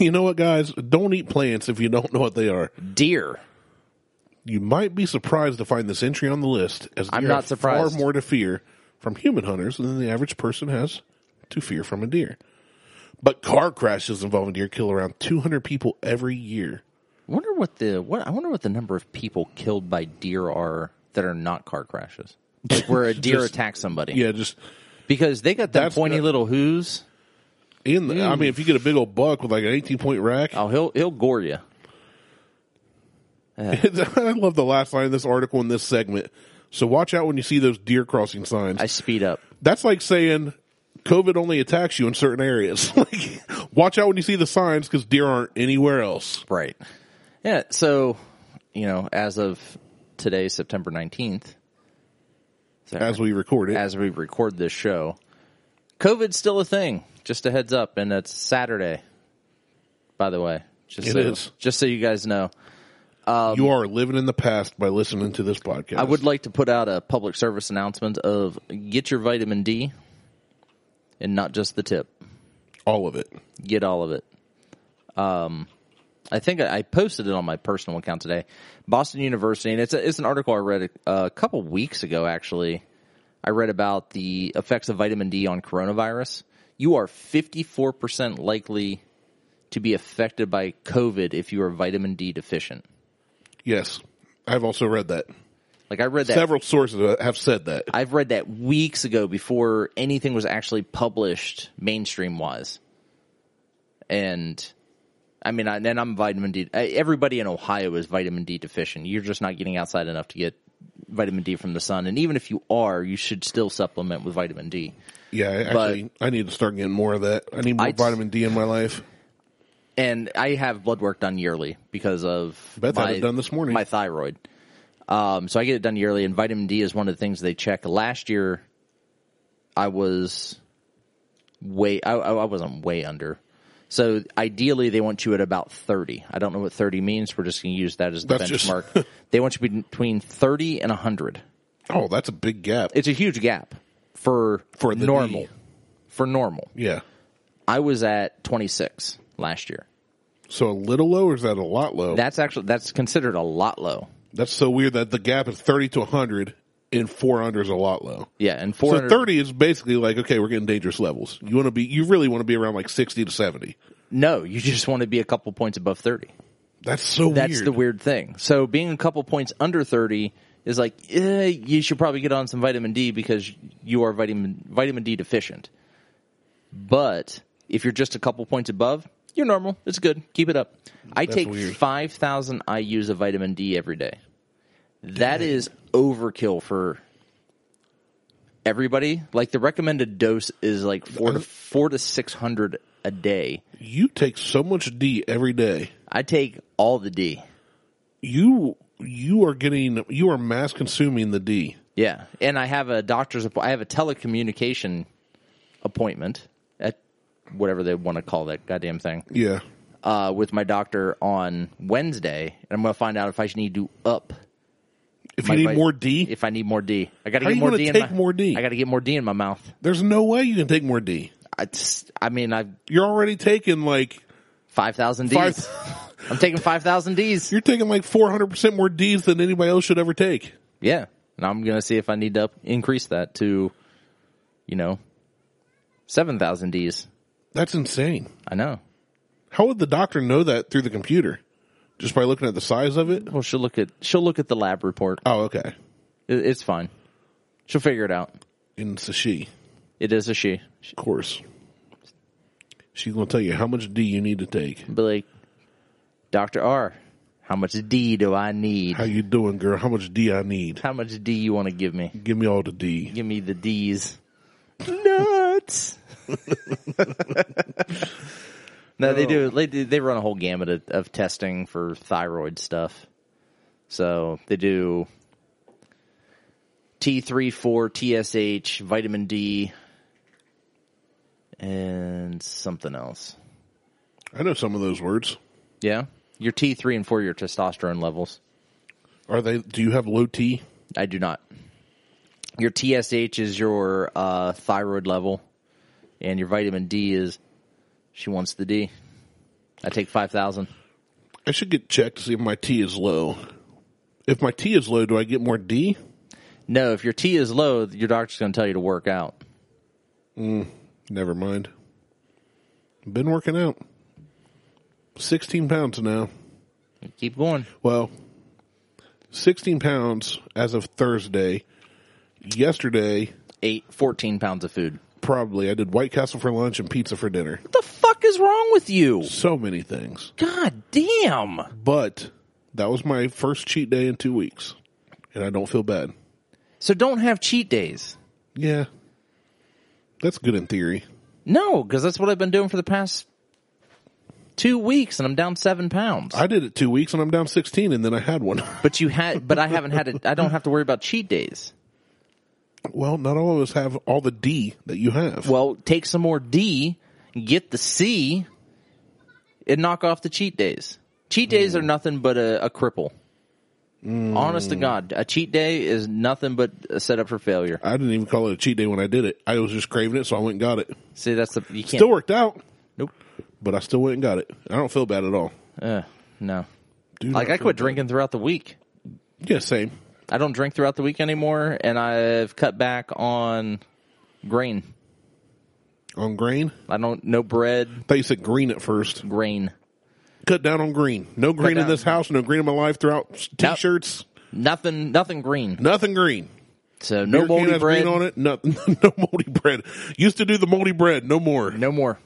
B: You know what, guys? Don't eat plants if you don't know what they are.
A: Deer.
B: You might be surprised to find this entry on the list, as
A: I'm
B: deer
A: not
B: have
A: surprised.
B: Far more to fear from human hunters than the average person has to fear from a deer. But car crashes involving deer kill around 200 people every year.
A: Wonder what the what I wonder what the number of people killed by deer are that are not car crashes. Like
B: [LAUGHS]
A: where a deer
B: Just-
A: attacks somebody.
B: Yeah, just
A: Because they got them
B: That's
A: pointy
B: the-
A: little hooves.
B: in. The, I mean, if you get a big old buck with like an 18 point rack,
A: Oh, he'll he'll gore you.
B: [LAUGHS] I love the last line of this article in this segment. So watch out when you see those deer crossing signs.
A: I speed up.
B: That's like saying COVID only attacks you in certain areas. [LAUGHS] like, watch out when you see the signs because deer aren't anywhere else.
A: Right. Yeah. So, you know, as of today, September 19th, so
B: As we record it,
A: as we record this show, COVID's still a thing. Just a heads up. And it's Saturday, by the way. Just
B: It
A: so,
B: is.
A: Just so you guys know.
B: you are living in the past by listening to this podcast.
A: I would like to put out a public service announcement of get your vitamin D and not just the tip.
B: all of it.
A: get all of it. Um, I think I I posted it on my personal account today. Boston University, and it's a, it's an article I read a, a couple weeks ago. Actually, I read about the effects of vitamin D on coronavirus. You are 54% likely to be affected by COVID if you are vitamin D deficient.
B: Yes, I've also read that.
A: Like I read that
B: Several sources have said that.
A: I've read that weeks ago before anything was actually published mainstream wise. And I mean, I, and I'm vitamin D. I- Everybody in Ohio is vitamin D deficient. You're just not getting outside enough to get vitamin D from the sun. And even if you are, you should still supplement with vitamin D.
B: yeah, actually, I need to start getting more of that. I need more
A: I-
B: vitamin D in my life.
A: And I have blood work done yearly because of
B: Beth had it done this morning.
A: My thyroid. Um, so I get it done yearly, and vitamin D is one of the things they check. Last year, I was way I, I I wasn't way under. So ideally, they want you at about thirty. I don't know what thirty means. We're just going to use that as the
B: That's just-
A: benchmark.
B: [LAUGHS]
A: they want you between thirty and hundred.
B: Oh, that's a big gap.
A: It's a huge gap for
B: For the
A: normal.
B: D.
A: For normal,
B: yeah.
A: I was at twenty six last year.
B: So a little low or is that a lot low?
A: That's actually that's considered a lot low.
B: that's so weird that the gap is 30 to 100 and 400 is a lot low.
A: Yeah, and four
B: So
A: hundred
B: 30 is basically like, okay, we're getting dangerous levels. You want to be, you really want to be around like 60 to 70.
A: No, you just want to be a couple points above 30.
B: That's so
A: That's
B: weird.
A: the weird thing. So being a couple points under 30 is like, eh, you should probably get on some vitamin D because you are vitamin, vitamin D deficient. But if you're just a couple points above, you're normal. It's good. Keep it up. I take
B: weird.
A: 5,000 IUs of vitamin D every day. That is overkill for everybody. Like the recommended dose is like four to four to 600 a day.
B: you take so much D every day.
A: I take all the D.
B: You, you are getting, you are mass consuming the D.
A: Yeah, and I have a doctor's. appo- I have a telecommunication appointment at whatever they want to call that goddamn thing
B: Yeah.
A: uh, with my doctor on Wednesday, and I'm going to find out if I should need to up.
B: If
A: my
B: you need
A: vit-
B: more D,
A: If I need more D, I got to
B: How
A: get
B: you
A: more
B: gonna
A: D. in
B: take
A: my,
B: more D?
A: I got to get more D in my mouth.
B: there's no way you can take more D.
A: I, just- I mean, I
B: You're already taking like,
A: five thousand D's.
B: [LAUGHS] Five-
A: I'm taking five thousand D's.
B: you're taking like 400% more D's than anybody else should ever take.
A: Yeah, and I'm going to see if I need to up, increase that to, you know, seven thousand D's.
B: That's insane.
A: I know.
B: How would the doctor know that through the computer? Just by looking at the size of it?
A: Well, she'll look at she'll look at the lab report.
B: Oh, okay.
A: It, it's fine. She'll figure it out.
B: And it's a she,
A: It is a she.
B: of course. She's going to tell you how much D you need to take.
A: She'll be like, Doctor R, how much D do I need?
B: How you doing, girl? How much D I need?
A: How much D you want to give me?
B: Give me all the D.
A: Give me the D's. Nuts. [LAUGHS] no, they do. They do, they run a whole gamut of, of testing for thyroid stuff. So they do T three four TSH vitamin D and something else.
B: I know some of those words.
A: Yeah, your T three and four, your testosterone levels.
B: Are they? Do you have low T?
A: I do not. Your TSH is your uh, thyroid level, and your vitamin D is. She wants the D. I take five thousand.
B: I should get checked to see if my T is low. If my T is low, do I get more D?
A: No, if your T is low, your doctor's going to tell you to work out.
B: Never mind. Been working out. 16 pounds now.
A: Keep going.
B: Well, 16 pounds as of Thursday. Yesterday,
A: Eight, 14 pounds of food.
B: probably, I did White Castle for lunch and pizza for dinner.
A: What the fuck is wrong with you?
B: So many things.
A: God damn.
B: But that was my first cheat day in two weeks. And I don't feel bad.
A: So don't have cheat days.
B: Yeah. That's good in theory.
A: No, because that's what I've been doing for the past two weeks, and I'm down seven pounds.
B: I did it two weeks and I'm down 16 and then I had one. [LAUGHS]
A: but you had, but I haven't had it. I don't have to worry about cheat days.
B: well, not all of us have all the D that you have.
A: Well, take some more D, get the C, and knock off the cheat days. Cheat days
B: Hmm.
A: are nothing but a, a cripple. Honest to God, a cheat day is nothing but a setup for failure.
B: I didn't even call it a cheat day when I did it. I was just craving it, so I went and got it.
A: See, that's the you can't.
B: Still worked out,
A: nope.
B: but I still went and got it. I don't feel bad at all.
A: Uh, no.
B: Do
A: Like
B: not
A: I quit
B: feel bad.
A: drinking throughout the week.
B: Yeah, same.
A: I don't drink throughout the week anymore, and I've cut back on grain.
B: on green.
A: I don't no bread,
B: I thought you said green at first.
A: grain.
B: Cut down on green. No green in
A: down.
B: this house. No green in my life. Throughout t-shirts,
A: Nothing, nothing green.
B: nothing green.
A: So no
B: Beer can
A: moldy
B: has
A: bread.
B: green on it. No, [LAUGHS] no moldy bread. Used to do the moldy bread. No more. [LAUGHS]
A: No more.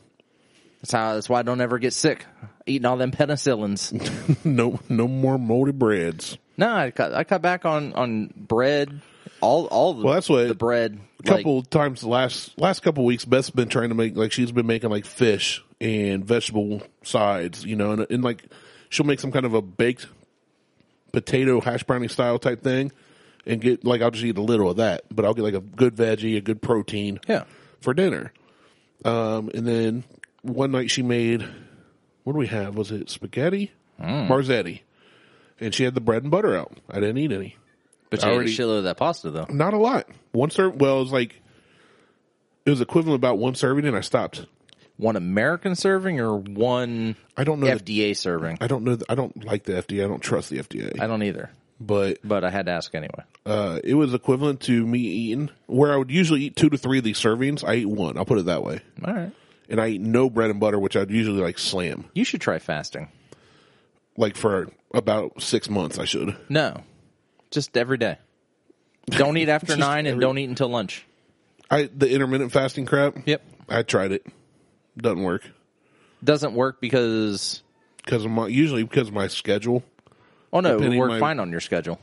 A: That's how. That's why I don't ever get sick. Eating all them
B: [LAUGHS]
A: penicillins.
B: No, no more moldy breads.
A: no, I cut. I cut back on on bread. All all the,
B: Well, that's what-
A: the bread.
B: couple times the last last couple weeks beth's been trying to make like she's been making like fish and vegetable sides you know and, and like she'll make some kind of a baked potato hash brownie style type thing and get like i'll just eat a little of that but i'll get like a good veggie a good protein
A: Yeah.
B: for dinner um and then one night she made what do we have was it spaghetti marzetti and she had the bread and butter out i didn't eat any
A: But you ate a
B: already-
A: shitload of that pasta though.
B: not a lot. One serve. Well, it was like it was equivalent about one serving, and I stopped.
A: One American serving or one
B: I don't know. the-
A: FDA serving.
B: I don't know. the- I don't like the FDA. I don't trust the FDA.
A: I don't either.
B: but
A: But I had to ask anyway.
B: uh, it was equivalent to me eating where I would usually eat two to three of these servings. I ate one. I'll put it that way.
A: All right.
B: And I eat no bread and butter, which I'd usually like slam.
A: You should try fasting.
B: Like for about six months, I should.
A: No. Just every
B: [LAUGHS]
A: day. Don't eat after
B: Just
A: nine and
B: every-
A: don't eat until lunch.
B: I the intermittent fasting crap.
A: Yep.
B: I tried it. Doesn't work
A: Doesn't work because
B: because of my usually because of my schedule.
A: oh no, it
B: Depending
A: worked
B: my-
A: fine on your schedule.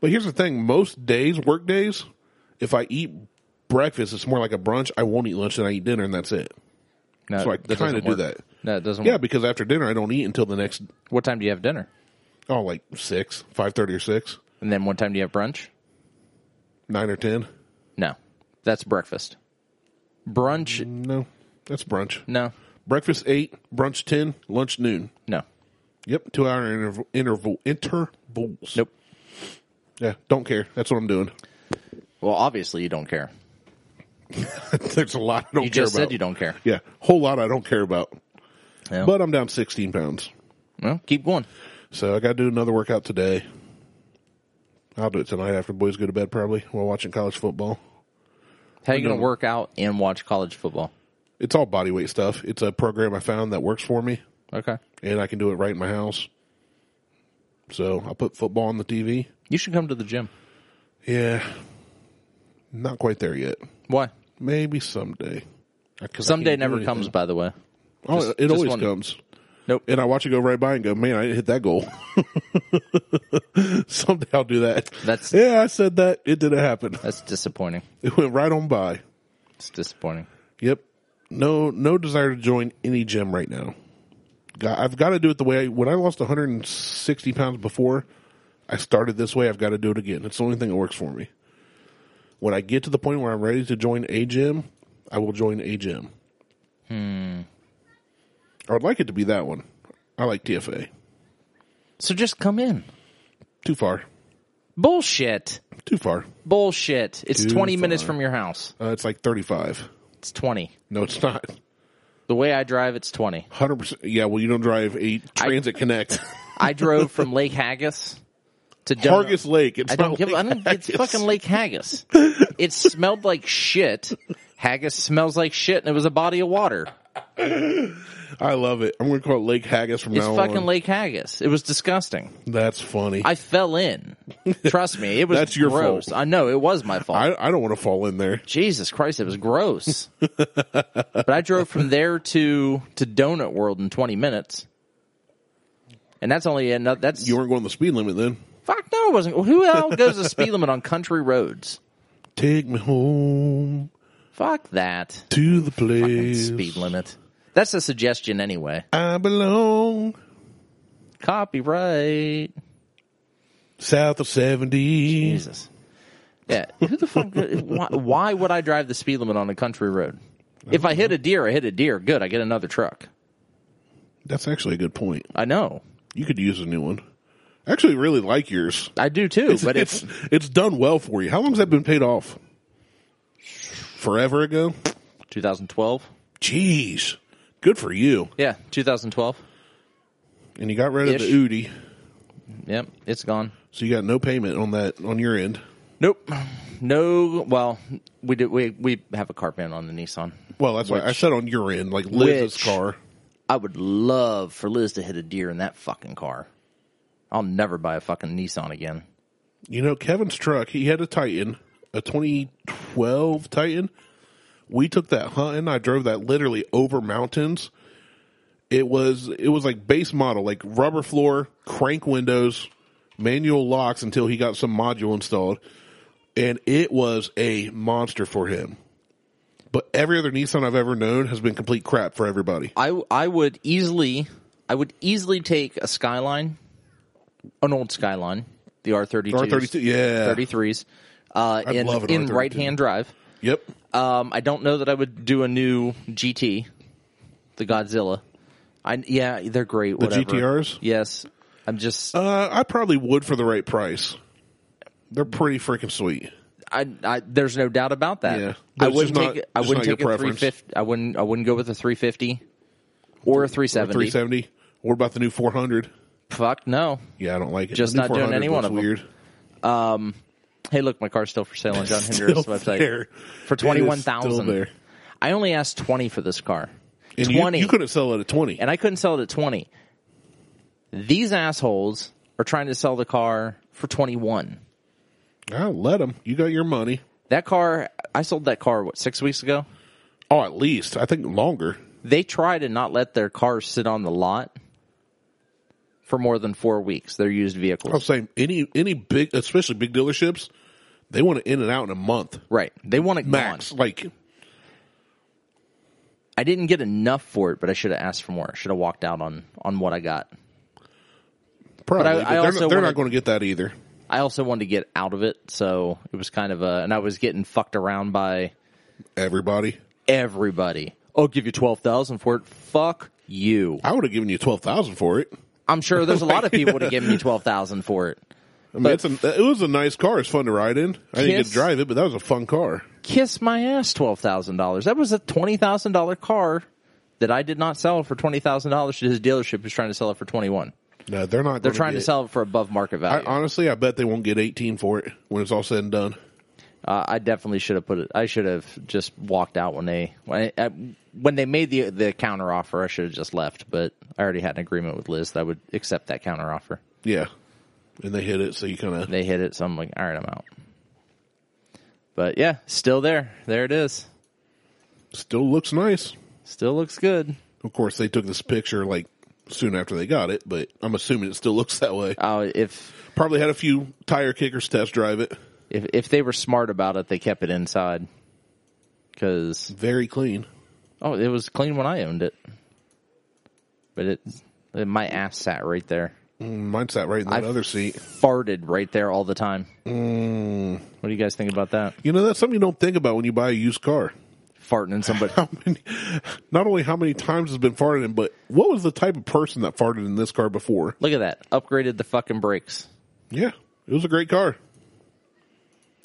B: But here's the thing: most days, work days, if I eat breakfast, it's more like a brunch. I won't eat lunch, and I eat dinner, and that's it.
A: No,
B: So I
A: Uh, that
B: kinda
A: doesn't
B: do
A: work.
B: that.
A: No, it doesn't
B: Yeah,
A: work.
B: because after dinner, I don't eat until the next
A: What time do you have dinner?
B: oh, like six, five thirty or six,
A: And then what time do you have brunch?
B: nine or ten.
A: No. That's breakfast. Brunch
B: No, that's brunch.
A: no.
B: Breakfast eight, brunch ten, lunch noon.
A: No.
B: Yep, two hour interval, interval intervals.
A: Nope.
B: Yeah, don't care. That's what I'm doing. [LAUGHS]
A: Well obviously you don't care.
B: There's a lot I don't
A: You
B: care
A: just
B: about.
A: said you don't [LAUGHS] care.
B: Yeah, whole lot I don't care about.
A: Yeah.
B: But I'm down sixteen pounds,
A: well, keep going.
B: so I got to do another workout today. I'll do it tonight after the boys go to bed, probably while watching college football.
A: How you gonna work out and watch college football?
B: It's all body weight stuff. It's a program I found that works for me,
A: Okay.
B: and I can do it right in my house. So I put football on the TV.
A: You should come to the gym.
B: Yeah, not quite there yet.
A: Why?
B: Maybe someday. 'Cause I
A: Someday
B: can't do
A: never
B: anything.
A: comes, by the way.
B: Oh,
A: Just-
B: it
A: just
B: always
A: one-
B: comes.
A: Nope.
B: And I watch it go right by and go, man, I didn't hit that goal. [LAUGHS] someday I'll do that.
A: That's-
B: yeah. I said that. It didn't happen.
A: That's disappointing.
B: It went right on by.
A: It's disappointing.
B: Yep. No, no desire to join any gym right now. Got- I've got to do it the way I, when I lost 160 pounds before. I started this way. I've got to do it again. It's the only thing that works for me. When I get to the point where I'm ready to join a gym, I will join a gym. Hmm. I would like it to be that one. I like TFA.
A: So just come in.
B: Too far.
A: Bullshit.
B: Too far.
A: Bullshit. It's
B: Too
A: 20 minutes
B: far.
A: from your house.
B: Uh, it's like 35.
A: It's 20.
B: No, it's not.
A: The way I drive, it's 20.
B: 100%. Yeah, well, you don't drive a
A: [LAUGHS]
B: Transit Connect.
A: I drove from Lake Haggis to Donut.
B: Hargis Lake. It's
A: I don't
B: not
A: give.
B: Lake
A: I don't. It's
B: Haggis.
A: fucking Lake Haggis. It smelled like shit. Haggis smells like shit, and it was a body of water.
B: I love it. I'm going to call it Lake Haggis from
A: It's
B: now
A: fucking
B: on.
A: Lake Haggis. It was disgusting.
B: That's funny. I,
A: I fell in. Trust me, it was
B: That's your
A: gross.
B: fault.
A: I know it was my fault.
B: I, don't want to fall in there.
A: Jesus Christ, it was gross. but I drove from there to to Donut World in 20 minutes. And that's only another that's
B: You weren't going the speed limit then.
A: fuck no, it wasn't. Who the hell goes the speed limit on country roads?
B: Take me home
A: Fuck that.
B: to the place
A: Speed limit. That's a suggestion anyway.
B: I belong.
A: Copyright.
B: South of 70.
A: Jesus. Yeah, who the fuck why, why would I drive the speed limit on a country road? If I hit a deer, I hit a deer. Good, I get another truck.
B: That's actually a good point.
A: I know.
B: You could use a new one. I actually really like yours.
A: I do too, but it's
B: [LAUGHS] it's it's done well for you. How long's that been paid off? Forever ago?
A: 2012.
B: Jeez. Good for you.
A: Yeah, 2012.
B: And you got rid of
A: Ish.
B: the Udi.
A: Yep, it's gone.
B: So you got no payment on that on your end.
A: Nope. No. Well, we did. We we have a car payment on the Nissan.
B: Well, that's why I said on your end, like Liz's
A: Which-
B: car.
A: I would love for Liz to hit a deer in that fucking car. I'll never buy a fucking Nissan again.
B: You know, Kevin's truck, he had a Titan, a 2012 Titan. We took that hunt and I drove that literally over mountains. It was it was like base model, like rubber floor, crank windows, manual locks until he got some module installed. And it was a monster for him. But every other Nissan I've ever known has been complete crap for everybody.
A: I I would easily I would easily take a Skyline, an old Skyline, the R thirty
B: R thirty two, yeah.
A: thirty threes, uh, in
B: love an
A: in
B: R32.
A: right hand drive.
B: Yep.
A: Um, I don't know that I would do a new GT, the Godzilla. I yeah, they're great. The
B: GTRs?
A: yes. I'm just
B: Uh, I probably would for the right price. They're pretty freaking sweet.
A: I, I there's no doubt about that.
B: Yeah. But
A: I
B: it's
A: wouldn't
B: just
A: take
B: not-
A: I
B: just
A: wouldn't
B: not your
A: take a three
B: preference.
A: fifty. I wouldn't I wouldn't go with a three fifty or a three seventy.
B: 370. What about the new 400?
A: Fuck no.
B: Yeah, I don't like it.
A: Just
B: The new
A: not doing
B: 400
A: any one
B: looks
A: of them.
B: Weird.
A: Hey, look, my car's still for sale on John
B: [LAUGHS] Still
A: Hendricks' website for
B: there. It is still
A: twenty one thousand.
B: there.
A: I only asked twenty for this car.
B: And you-
A: twenty,
B: You, couldn't sell it at 20.
A: and I couldn't sell it at twenty. These assholes are trying to sell the car for twenty one.
B: I'll let them. You got your money.
A: That car, I sold that car what six weeks ago.
B: Oh, at least. I think longer.
A: They try to not let their cars sit on the lot for more than four weeks. They're used vehicles,
B: I'll say any, any big, especially big dealerships, they want it in and out in a month.
A: right? They want it
B: Max.
A: gone.
B: Like,
A: I didn't get enough for it, but I should have asked for more. I should have walked out on on what I got.
B: probably. But
A: I
B: they're,
A: also
B: not, they're
A: wanna-
B: not going to get that either.
A: I also wanted to get out of it, so it was kind of a, and I was getting fucked around by
B: Everybody.
A: everybody. I'll give you twelve thousand for it. Fuck you.
B: I would have given you 12000 for it.
A: I'm sure there's a lot of people would have given [LAUGHS] me twelve thousand for it.
B: I mean, it's a, it was a nice car. It's fun to ride in. I didn't get
A: Kiss-
B: to drive it, but that was a fun car.
A: Kiss my ass, twelve thousand dollars. That was a twenty thousand dollar car that I did not sell for twenty thousand dollars to his dealership who's trying to sell it for twenty one.
B: No, they're not.
A: They're trying to sell it for above market
B: I,
A: value. I,
B: honestly, I bet they won't get 18 for it when it's all said and done.
A: uh, I definitely should have put it. I should have just walked out when they when, I, when they made the the counter offer. I should have just left, but I already had an agreement with Liz that I would accept that counter offer.
B: Yeah. And they hit it, so you kind of.
A: They hit it, so I'm like, all right, I'm out. But yeah, still there. There it is.
B: Still looks nice.
A: Still looks good.
B: Of course, they took this picture like soon after they got it, but I'm assuming it still [LAUGHS] looks that way.
A: Oh, if
B: Probably had a few tire kickers test drive it.
A: if if they were smart about it, they kept it inside. Because
B: Very clean.
A: oh, it was clean when I owned it, but it, it my ass sat right there,
B: Mm, Mine sat right in that
A: I've-
B: other seat.
A: farted right there all the time.
B: Mm.
A: What do you guys think about that?
B: You know, that's something you don't think about when you buy a used car.
A: Farting in somebody. [LAUGHS]
B: How many, not only how many times it's been farted in, but what was the type of person that farted in this car before?
A: Look at that. Upgraded the fucking brakes.
B: Yeah, it was a great car.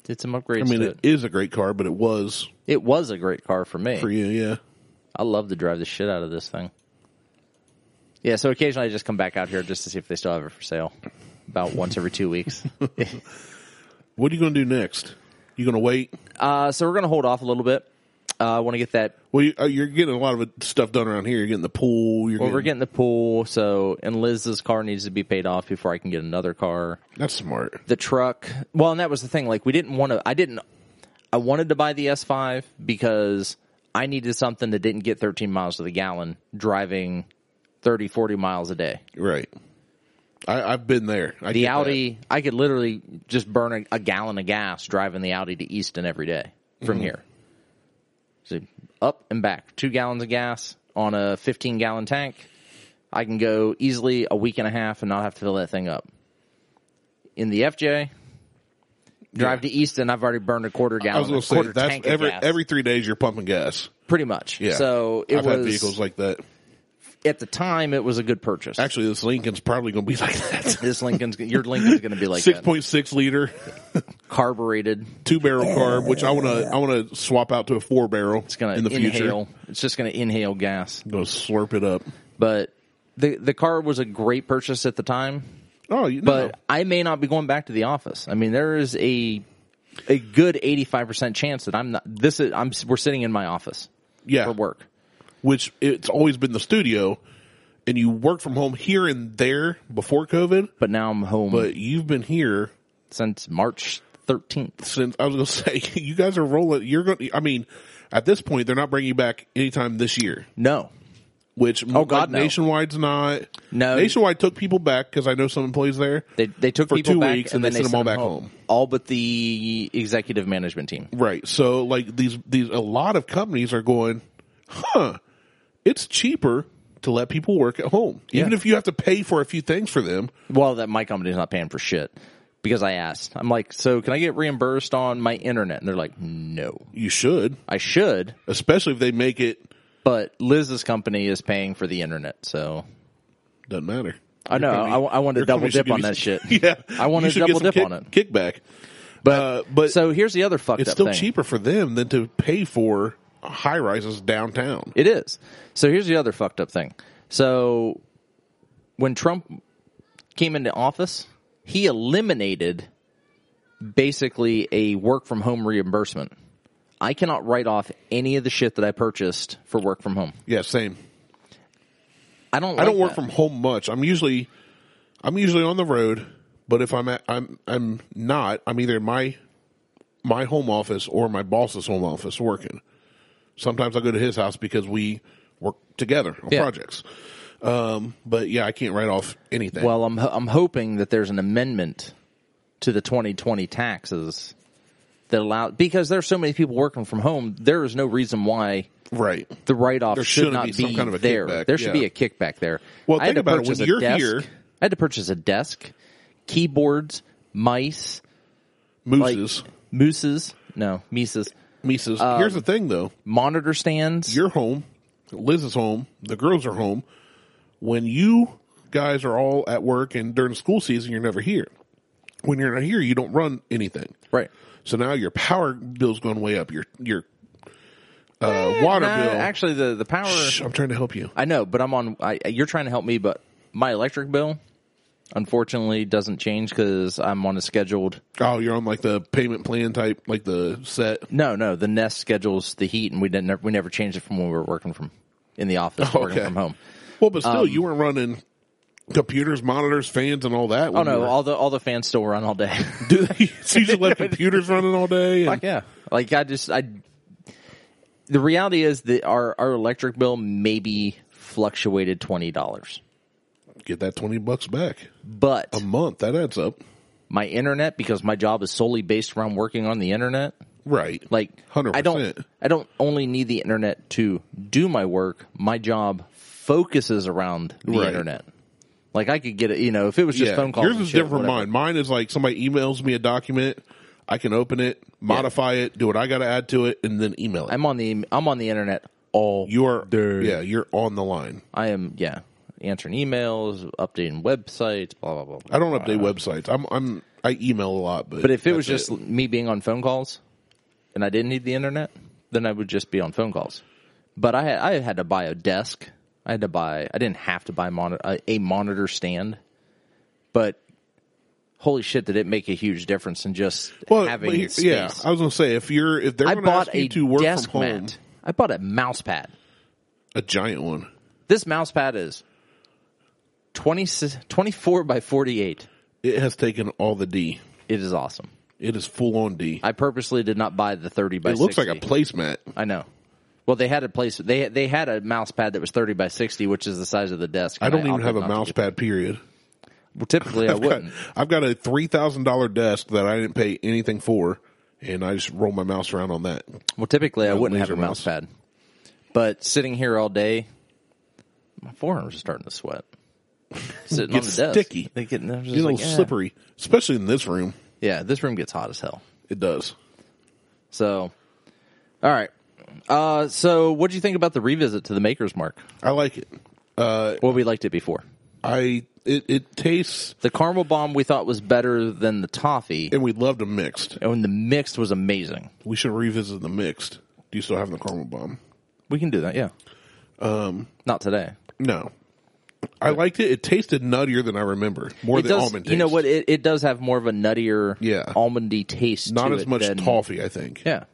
A: Did some upgrades.
B: I mean,
A: to
B: it is a great car, but it was
A: it. It was a great car for me.
B: for you, yeah.
A: I love to drive the shit out of this thing. Yeah, so occasionally I just come back out here just to see if they still have it for sale. About once every two weeks.
B: What are you going to do next? You going to wait?
A: Uh, so we're gonna hold off a little bit. Uh, I want to get that.
B: Well, you, uh, you're getting a lot of stuff done around here. You're getting the pool. You're
A: Well, we're getting
B: getting,
A: the pool. So and Liz's car needs to be paid off before I can get another car.
B: that's smart.
A: The truck. Well, and that was the thing. Like we didn't want to. I didn't. I wanted to buy the S five because I needed something that didn't get 13 miles to the gallon driving 30, 40 miles a day.
B: Right. I, I've been there. I
A: The
B: get that.
A: Audi, I could literally just burn a, a gallon of gas driving the Audi to Easton every day
B: Mm-hmm.
A: from here. So up and back, two gallons of gas on a 15 gallon tank. I can go easily a week and a half and not have to fill that thing up. In the FJ, drive to Easton, I've already burned a quarter
B: I was
A: gallon,
B: going
A: a
B: to say
A: quarter
B: that's
A: tank
B: every
A: of gas,
B: every three days you're pumping gas.
A: pretty much.
B: Yeah.
A: So it
B: I've
A: was
B: had vehicles like that.
A: at the time it was a good purchase.
B: Actually, this Lincoln's probably going to be like that.
A: [LAUGHS] this Lincoln's your Lincoln's going to be like
B: [LAUGHS] Six
A: that.
B: point six liter
A: carbureted.
B: two barrel carb, which I want to I want to swap out to a four barrel. It's
A: gonna
B: in the
A: inhale.
B: future.
A: It's just gonna inhale gas.
B: Going to slurp it up.
A: But the the car was a great purchase at the time.
B: Oh, you know.
A: but I may not be going back to the office. I mean, there is a a good eighty five percent chance that I'm not. This is I'm we're sitting in my office
B: yeah,
A: for work.
B: which it's always been the studio, and you work from home here and there before COVID,
A: But now I'm home
B: but you've been here
A: since March thirteenth.
B: since I was going to [LAUGHS] say you guys are rolling. You're going. I mean, at this point, they're not bringing you back anytime this year.
A: No,
B: Which oh
A: God, no.
B: Nationwide's not.
A: No.
B: Nationwide took people back because I know some employees there.
A: they they took
B: For
A: people
B: two
A: back
B: weeks
A: and,
B: and they
A: then they
B: sent 'em all back home.
A: All but the executive management team.
B: Right. So like these these a lot of companies are going, huh? It's cheaper to let people work at home, even
A: Yeah.
B: if you have to pay for a few things for them.
A: Well, that my company's not paying for shit because I asked. I'm like, so can I get reimbursed on my internet? And they're like, no,
B: You should,
A: I should,
B: especially if they make it.
A: but Liz's company is paying for the internet, so
B: Doesn't matter.
A: I know. I, I want to
B: Your
A: double
B: company should
A: dip
B: give
A: on
B: you
A: that shit.
B: some- [LAUGHS] Yeah,
A: I want
B: You
A: to
B: should get
A: double
B: some
A: dip on it.
B: kick- Kickback, but but
A: So here's the other fucked
B: it's
A: up
B: still
A: thing.
B: cheaper for them than to pay for high rises downtown.
A: It is. So here's the other fucked up thing. So when Trump came into office, he eliminated basically a work from home reimbursement. I cannot write off any of the shit that I purchased for work from home.
B: Yeah, same.
A: I don't.
B: I don't
A: like
B: work
A: that.
B: from home much. I'm usually I'm usually on the road, but if I'm at, I'm I'm not, I'm either in my my home office or my boss's home office working. Sometimes I go to his house because we work together on
A: Yeah.
B: projects. Um, but yeah, I can't write off anything.
A: Well, I'm ho- I'm hoping that there's an amendment to the 2020 taxes that allow because there's so many people working from home. There is no reason why
B: right.
A: the write off should
B: shouldn't
A: not
B: be
A: be,
B: some kind of a
A: there.
B: kickback,
A: There should
B: yeah.
A: be a kickback there.
B: Well,
A: I had
B: think
A: to
B: about it.
A: purchase a
B: When you're
A: desk.
B: here-
A: I had to purchase a desk, keyboards, mice, like
B: Mooses.
A: mooses, no mises,
B: Mises.
A: um,
B: Here's the thing though.
A: monitor stands.
B: You're home. Liz is home. The girls are home. When you guys are all at work and during school season, you're never here. When you're not here, you don't run anything.
A: right.
B: So now your power bill's going way up. Your your uh, water
A: Eh, Nah,
B: bill.
A: actually, the the power.
B: Shh, I'm trying to help you.
A: I know, but I'm on. I, you're trying to help me, but my electric bill, unfortunately, doesn't change because I'm on a scheduled.
B: Oh, you're on like the payment plan type, like the set.
A: No, no, the Nest schedules the heat, and we didn't. We never changed it from when we were working from in the office, working
B: Okay.
A: from home.
B: Well, but
A: Um,
B: still, you weren't running computers, monitors, fans, and all that.
A: Oh no, all the all the fans still run all day.
B: [LAUGHS] do
A: [LAUGHS]
B: they, so you just left computers running all day.
A: Fuck
B: And,
A: yeah. Like I just I the reality is that our our electric bill maybe fluctuated twenty dollars.
B: get that twenty bucks back
A: But
B: a month. That adds up,
A: my internet, because my job is solely based around working on the internet,
B: right?
A: like
B: 100%.
A: I don't I don't only need the internet to do my work. My job focuses around the
B: Right.
A: internet. Like I could get it, you know, if it was just phone calls.
B: Yours
A: and
B: is
A: shit,
B: different from
A: whatever.
B: mine. Mine is like somebody emails me a document, I can open it, modify it, do what I got to add to it, and then email it.
A: I'm on the I'm on the internet all
B: you are,
A: Dude.
B: yeah, you're on the line.
A: I am yeah answering emails, updating websites, blah blah blah. blah.
B: I don't update websites. I'm, I'm, I email a lot, but
A: But if it was
B: that's
A: just me being on phone calls and I didn't need the internet, then I would just be on phone calls. But I had, I had to buy a desk. I had to buy. I didn't have to buy monitor, a, a monitor stand, but holy shit, did it make a huge difference in just
B: Well,
A: having
B: but here-
A: space.
B: yeah, I was gonna say if you're if they're
A: I
B: going to
A: bought
B: ask
A: a
B: you to work
A: desk
B: from home,
A: mat. I bought a mouse pad.
B: a giant one.
A: This mouse pad is 20, 24 by forty eight.
B: It has taken all the D.
A: It is awesome.
B: It is full on D.
A: I purposely did not buy the thirty by.
B: it looks
A: 60.
B: like a placemat.
A: I know. Well, they had a place. They they had a mouse pad that was thirty by sixty, which is the size of the desk.
B: I
A: and
B: don't even
A: opted
B: have a
A: not to
B: mouse
A: get-
B: pad. Period.
A: Well, typically, I
B: [LAUGHS] I've got,
A: wouldn't.
B: I've got a three thousand dollar desk that I didn't pay anything for, and I just roll my mouse around on that.
A: Well, typically, I wouldn't have
B: laser
A: a mouse
B: mouse.
A: pad. But sitting here all day, my forearms are starting to sweat.
B: [LAUGHS]
A: Sitting on the
B: Gets
A: desk,
B: sticky.
A: They get they're just
B: It's a
A: like,
B: little
A: "Eh."
B: slippery, especially in this room.
A: Yeah, this room gets hot as hell.
B: It does.
A: So, all right. Uh, so, what do you think about the revisit to the Maker's Mark?
B: I like it. Uh,
A: Well, we liked it before.
B: I it, it tastes,
A: The caramel bomb we thought was better than the toffee,
B: and we loved them mixed.
A: and the mixed was amazing.
B: We should revisit the mixed. Do you still have the caramel bomb?
A: We can do that, yeah. Um, not today.
B: No. I liked it. It tasted nuttier than I remember. More
A: It
B: than
A: does,
B: almond taste.
A: you know what? It, it does have more of a nuttier,
B: Yeah.
A: almondy taste.
B: Not
A: to
B: as
A: it
B: much
A: than-
B: toffee, I think.
A: Yeah,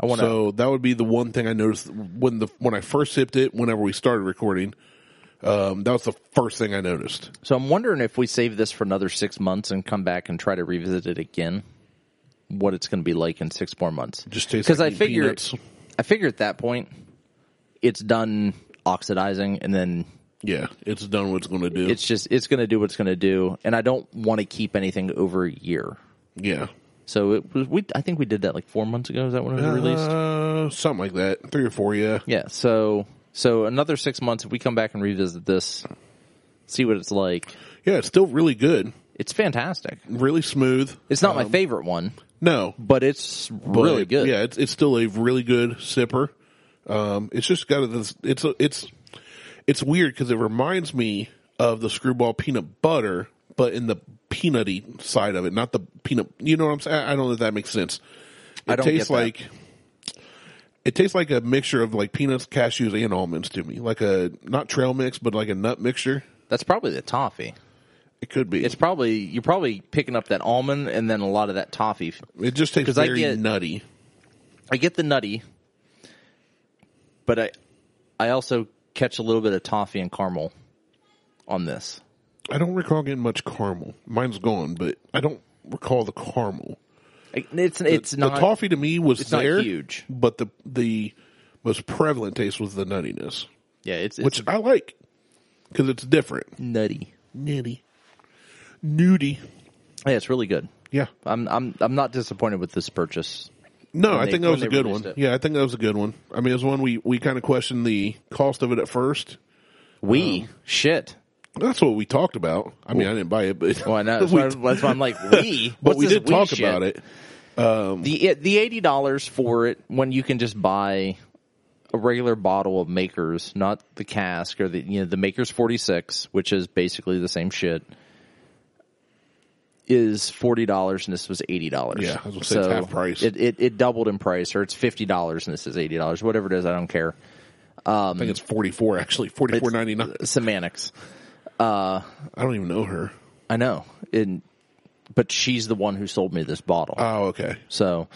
A: I want to.
B: So that would be the one thing I noticed when the when I first sipped it. Whenever we started recording, um, that was the first thing I noticed.
A: So I'm wondering if we save this for another six months and come back and try to revisit it again, what it's going to be like in six more months.
B: Just tastes
A: because
B: like
A: I
B: eating
A: figure,
B: peanuts.
A: I figure at that point, it's done oxidizing, and then
B: Yeah, it's done what it's going to do.
A: it's just it's going to do what it's going to do, and I don't want to keep anything over a year.
B: yeah,
A: So it was we. I think we did that like four months ago. Is that when it was released?
B: Uh, something like that, three or four. Yeah,
A: Yeah. So so another six months. If we come back and revisit this, see what it's like.
B: yeah, it's still really good,
A: It's fantastic.
B: really smooth.
A: It's not my favorite one,
B: no,
A: but it's really
B: Um, but,
A: good.
B: Yeah, it's, it's still a really good sipper. Um, it's just got this. It's a, it's it's weird because it reminds me of the screwball peanut butter, but in the peanutty side of it, not the peanut. You know what I'm saying? I I don't know if that makes sense. It
A: I don't get
B: tastes
A: that.
B: like it tastes like a mixture of like peanuts, cashews, and almonds to me. Like a not trail mix, but like a nut mixture.
A: That's probably the toffee.
B: It could be.
A: It's probably you're probably picking up that almond and then a lot of that toffee.
B: it just tastes
A: 'cause I
B: very
A: get-
B: nutty.
A: I get the nutty, but I I also catch a little bit of toffee and caramel on this.
B: I don't recall getting much caramel. Mine's gone, but I don't recall the caramel.
A: I- It's it's
B: the
A: not
B: toffee to me was
A: not
B: there,
A: huge.
B: but the the most prevalent taste was the nuttiness,
A: yeah it's, it's
B: which I like because it's different.
A: nutty.
B: Nitty, nudie.
A: Yeah, it's really good.
B: Yeah,
A: I'm I'm I'm not disappointed with this purchase.
B: no,
A: When
B: I
A: they-
B: think that was
A: when
B: a
A: they
B: good
A: released
B: one.
A: it.
B: Yeah, I think that was a good one. I mean, it was one we we kind of questioned the cost of it at first.
A: We shit.
B: That's what we talked about. I mean, I didn't buy it, but
A: Well, I
B: [LAUGHS]
A: know. That's,
B: we-
A: why, that's why I'm like we.
B: [LAUGHS] but
A: What's
B: we
A: this
B: did talk
A: shit?
B: about it.
A: The it- the eighty dollars for it when you can just buy a regular bottle of Makers, not the cask or the you know the Makers forty six, which is basically the same shit, is forty dollars and this was eighty dollars.
B: Yeah, I was gonna say it's half price.
A: It, it it doubled in price, or it's fifty dollars and this is eighty dollars. Whatever it is, I don't care.
B: I think it's forty four actually forty four
A: [LAUGHS]
B: ninety nine.
A: Semantics.
B: I don't even know her.
A: I know. And but she's the one who sold me this bottle.
B: Oh, okay.
A: So,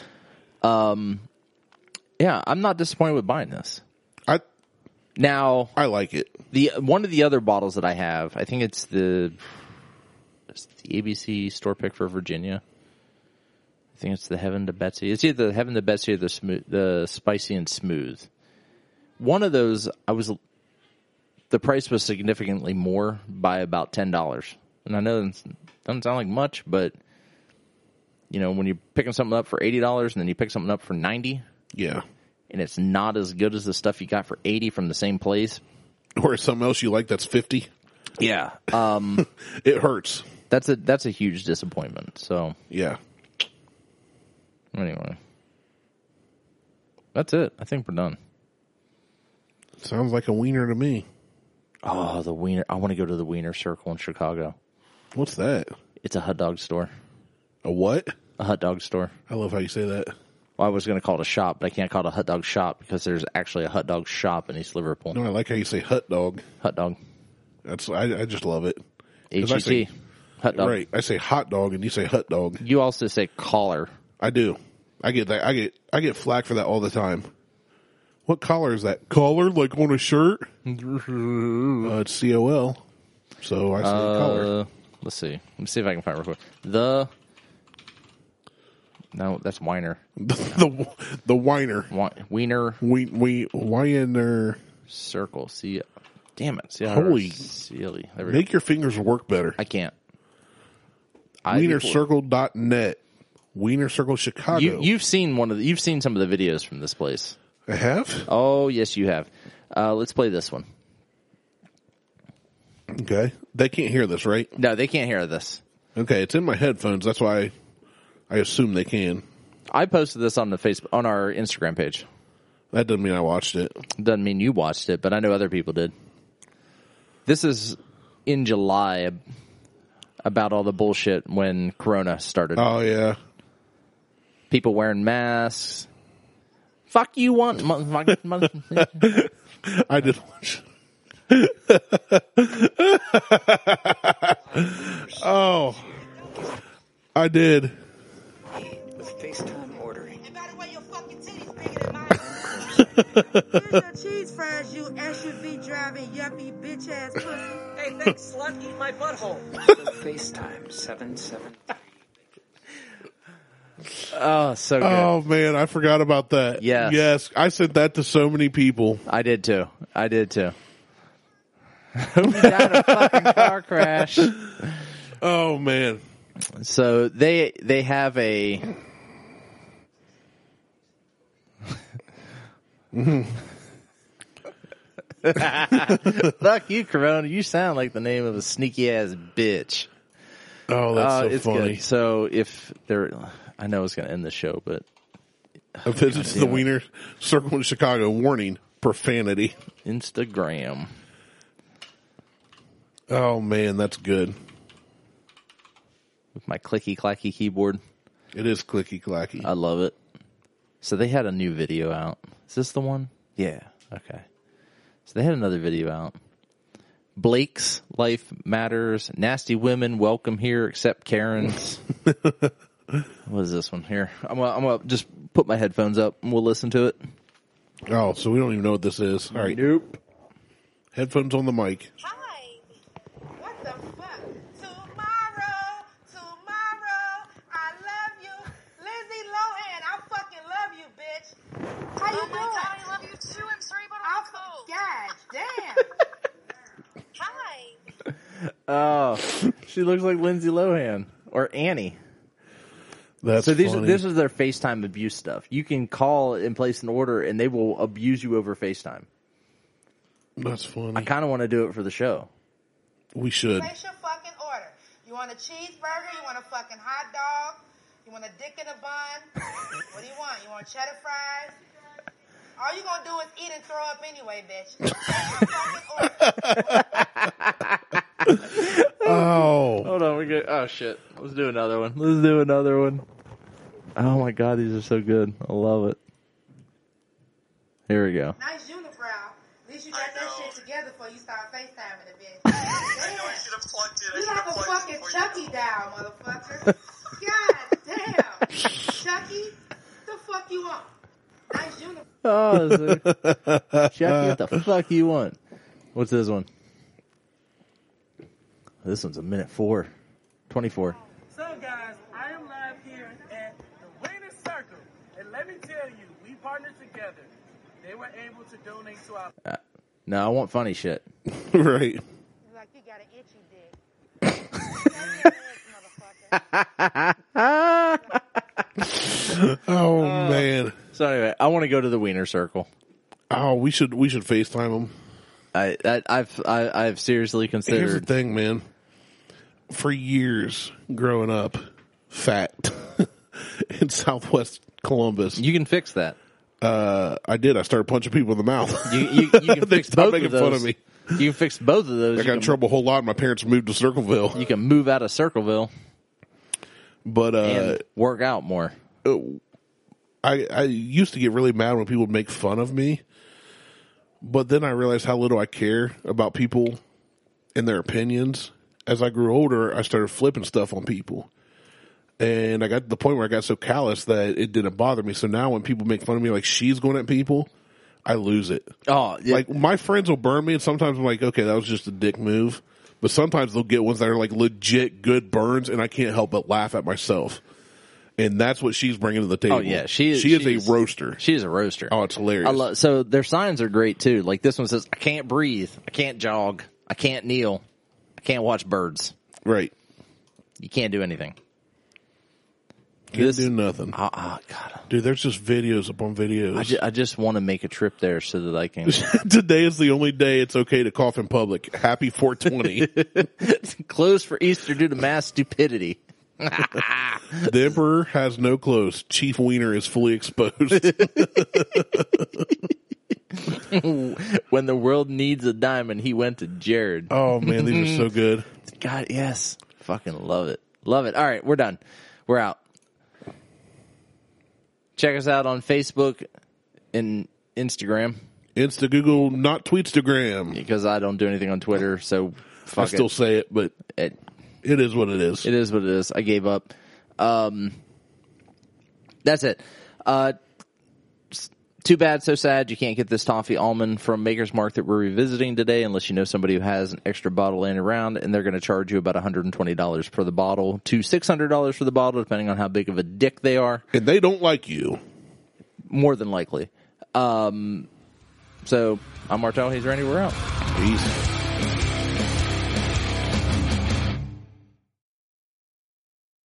A: um, yeah, I'm not disappointed with buying this.
B: I
A: Now,
B: I like it.
A: the one of the other bottles that I have, I think it's the it's the ABC store pick for Virginia. I think it's the Heaven to Betsy. It's either the Heaven to Betsy or the smooth, the spicy and smooth. One of those, I was the price was significantly more by about ten dollars, and I know it doesn't sound like much, but you know when you're picking something up for eighty dollars and then you pick something up for ninety,
B: Yeah.
A: and it's not as good as the stuff you got for eighty from the same place.
B: Or something else you like that's fifty.
A: Yeah,
B: It hurts.
A: that's a that's a huge disappointment. So
B: Yeah.
A: anyway, that's it. I think we're done.
B: Sounds like a wiener to me.
A: Oh, the wiener! I want to go to the Wiener Circle in Chicago.
B: What's that?
A: It's a hot dog store.
B: A what?
A: A hot dog store.
B: I love how you say that.
A: Well, I was going to call it a shop, but I can't call it a hot dog shop because there's actually a hot dog shop in East Liverpool.
B: No, I like how you say hut dog.
A: Hot dog,
B: That's I, I just love it.
A: H
B: 'Cause I
A: E
B: say-
A: T, hot dog.
B: Right. I say hot dog and you say hut dog.
A: You also say collar.
B: I do. I get that I get I get flack for that all the time. What collar is that? Collar like on
A: [LAUGHS]
B: a shirt? uh, it's C O L. So I say collar. [LAUGHS]
A: Uh, let's see. Let me see if I can find it real quick. The no, that's Wiener.
B: the the whiner.
A: Wi- Wiener
B: We we whiner.
A: circle. See, damn it. See,
B: Holy-
A: silly. There we go.
B: Make your fingers work better.
A: I can't.
B: WienerCircle.net. Wiener Circle Chicago.
A: You, you've seen one of the, you've seen some of the videos from this place.
B: I have?
A: Oh yes, you have. Uh, let's play this one.
B: Okay. They can't hear this, right?
A: No, they can't hear this.
B: Okay, it's in my headphones. That's why I assume they can.
A: I posted this on the Facebook on our Instagram page.
B: That doesn't mean I watched it.
A: Doesn't mean you watched it, but I know other people did. This is in July about all the bullshit when Corona started.
B: Oh, yeah.
A: people wearing masks.
B: [LAUGHS]
A: Fuck you want? motherfucker- mother-
B: I did watch. [LAUGHS] Oh, I did.
C: with FaceTime ordering.
D: And by the way, your fucking titty's bigger than mine. Here's your cheese fries, you SUV driving yuppie bitch ass pussy. Hey, thanks, slut. Eat my butthole.
C: FaceTime 77.
A: Oh, so good.
B: Oh man, I forgot about that.
A: Yes.
B: yes, I sent that to so many people.
A: I did too. I did [LAUGHS] too. Who died in a fucking car crash?
B: Oh man,
A: So they they have a. [LAUGHS] Fuck you, Corona. You sound like the name of a sneaky ass bitch.
B: oh that's
A: Uh,
B: so
A: it's
B: funny.
A: good. So if there, I know it's going to end the show, but
B: [LAUGHS] A visit to the Wiener Circle in Chicago. Warning: profanity.
A: Instagram.
B: Oh man, that's good.
A: with my clicky clacky keyboard.
B: It is clicky clacky.
A: I love it. So they had a new video out. Is this the one? Yeah. Okay. So they had another video out. Blake's life matters. Nasty women welcome here except [LAUGHS] Karen's. what is this one here? I'm gonna, I'm gonna just put my headphones up and we'll listen to it.
B: oh, so we don't even know what this is. All right,
A: Nope.
B: headphones on the mic.
D: Hi. What the fuck? Tomorrow, tomorrow, I love you. Lindsay Lohan, I fucking love you, bitch. How you
E: Oh my
D: doing?
E: god, I love you too. I'm sorry about all
D: I
E: the
D: fu-
E: cold.
D: God damn.
E: Hi.
A: Oh, she looks like Lindsay Lohan or Annie.
B: That's
A: So these
B: funny.
A: this is their FaceTime abuse stuff. You can call and place an order, and they will abuse you over FaceTime.
B: that's funny.
A: I kind of want to do it for the show.
B: we should.
D: Place your fucking order. You want a cheeseburger? You want a fucking hot dog? You want a dick in a bun? what do you want? You want cheddar fries? All you gonna do is eat and throw up anyway, bitch. Place your fucking order.
B: Oh,
A: Hold on, we good. Oh shit, let's do another one. Let's do another one. Oh my god, these are so good. I love it. Here we go.
D: Nice unibrow. At least you got
F: I
D: that
F: know.
D: shit together before you start FaceTiming the bitch. Damn.
F: have plugged it.
D: You like a fucking Chucky doll, motherfucker. God damn. Chucky, the fuck you want? Nice unibrow.
A: Oh, this is- [LAUGHS] Jackie, what the fuck you want? What's this one? This one's a minute four, twenty-four.
G: So, guys, I am live here at the Winner Circle. And let me tell you, we partnered together. They were able to donate to our
A: Uh, no, I want funny shit.
B: Oh. [LAUGHS] right.
D: Like you got an itchy dick. Take your ass, motherfucker.
B: Oh
A: Uh.
B: man.
A: So anyway, I want to go to the Wiener Circle.
B: Oh, we should we should Facetime them.
A: I, I I've I, I've seriously
B: Here's the
A: considered.
B: thing, man. For years growing up, fat [LAUGHS] in Southwest Columbus,
A: you can fix that.
B: uh, I did. I started punching people in the mouth.
A: You, you, you
B: [LAUGHS]
A: can
B: they
A: fix
B: stopped
A: both
B: making
A: of those.
B: fun of me.
A: You can fix both of those.
B: I
A: You
B: got
A: can,
B: in trouble a whole lot. My parents moved to Circleville, [LAUGHS]
A: you can move out of Circleville
B: but
A: and
B: uh,
A: work out more.
B: I I used to get really mad when people would make fun of me. But then I realized how little I care about people and their opinions. As I grew older, I started flipping stuff on people. And I got to the point where I got so callous that it didn't bother me. So now when people make fun of me like she's going at people, I lose it.
A: Oh, yeah.
B: Like my friends will burn me, and sometimes I'm like, okay, that was just a dick move. But sometimes they'll get ones that are like legit good burns, and I can't help but laugh at myself. And that's what she's bringing to the table.
A: oh yeah. She is.
B: she is
A: she's-
B: a roaster.
A: She is a roaster.
B: oh, it's hilarious.
A: I love. So their signs are great too. Like this one says, "I can't breathe. I can't jog. I can't kneel. I can't watch birds.
B: right?
A: You can't do anything."
B: Can't
A: This-
B: do nothing,
A: Oh, oh God.
B: dude. There's just videos upon videos.
A: I just, I just want to make a trip there so that I can
B: [LAUGHS] Today is the only day it's okay to cough in public.
A: [LAUGHS]
B: Happy 420.
A: close for Easter due to mass stupidity.
B: the emperor has no clothes. Chief Wiener is
A: [LAUGHS]
B: fully exposed.
A: When the world needs a diamond, he went to Jared.
B: oh man, these are so good.
A: God, yes. Fucking love it. Love it. All right, we're done. We're out. Check us out on Facebook and Instagram.
B: Insta Google, not Tweetstagram.
A: because I don't do anything on Twitter. So fuck
B: I still
A: it.
B: say it, but
A: it.
B: it is what it is.
A: It is what it is. I gave up. Um, that's it. Uh, s- too bad, so sad. You can't get this toffee almond from Maker's Mark that we're revisiting today unless you know somebody who has an extra bottle laying around, and they're going to charge you about $120 for the bottle to $600 for the bottle, depending on how big of a dick they are.
B: And they don't like you.
A: More than likely. Um, so I'm Martel. He's Randy. We're out.
B: Peace.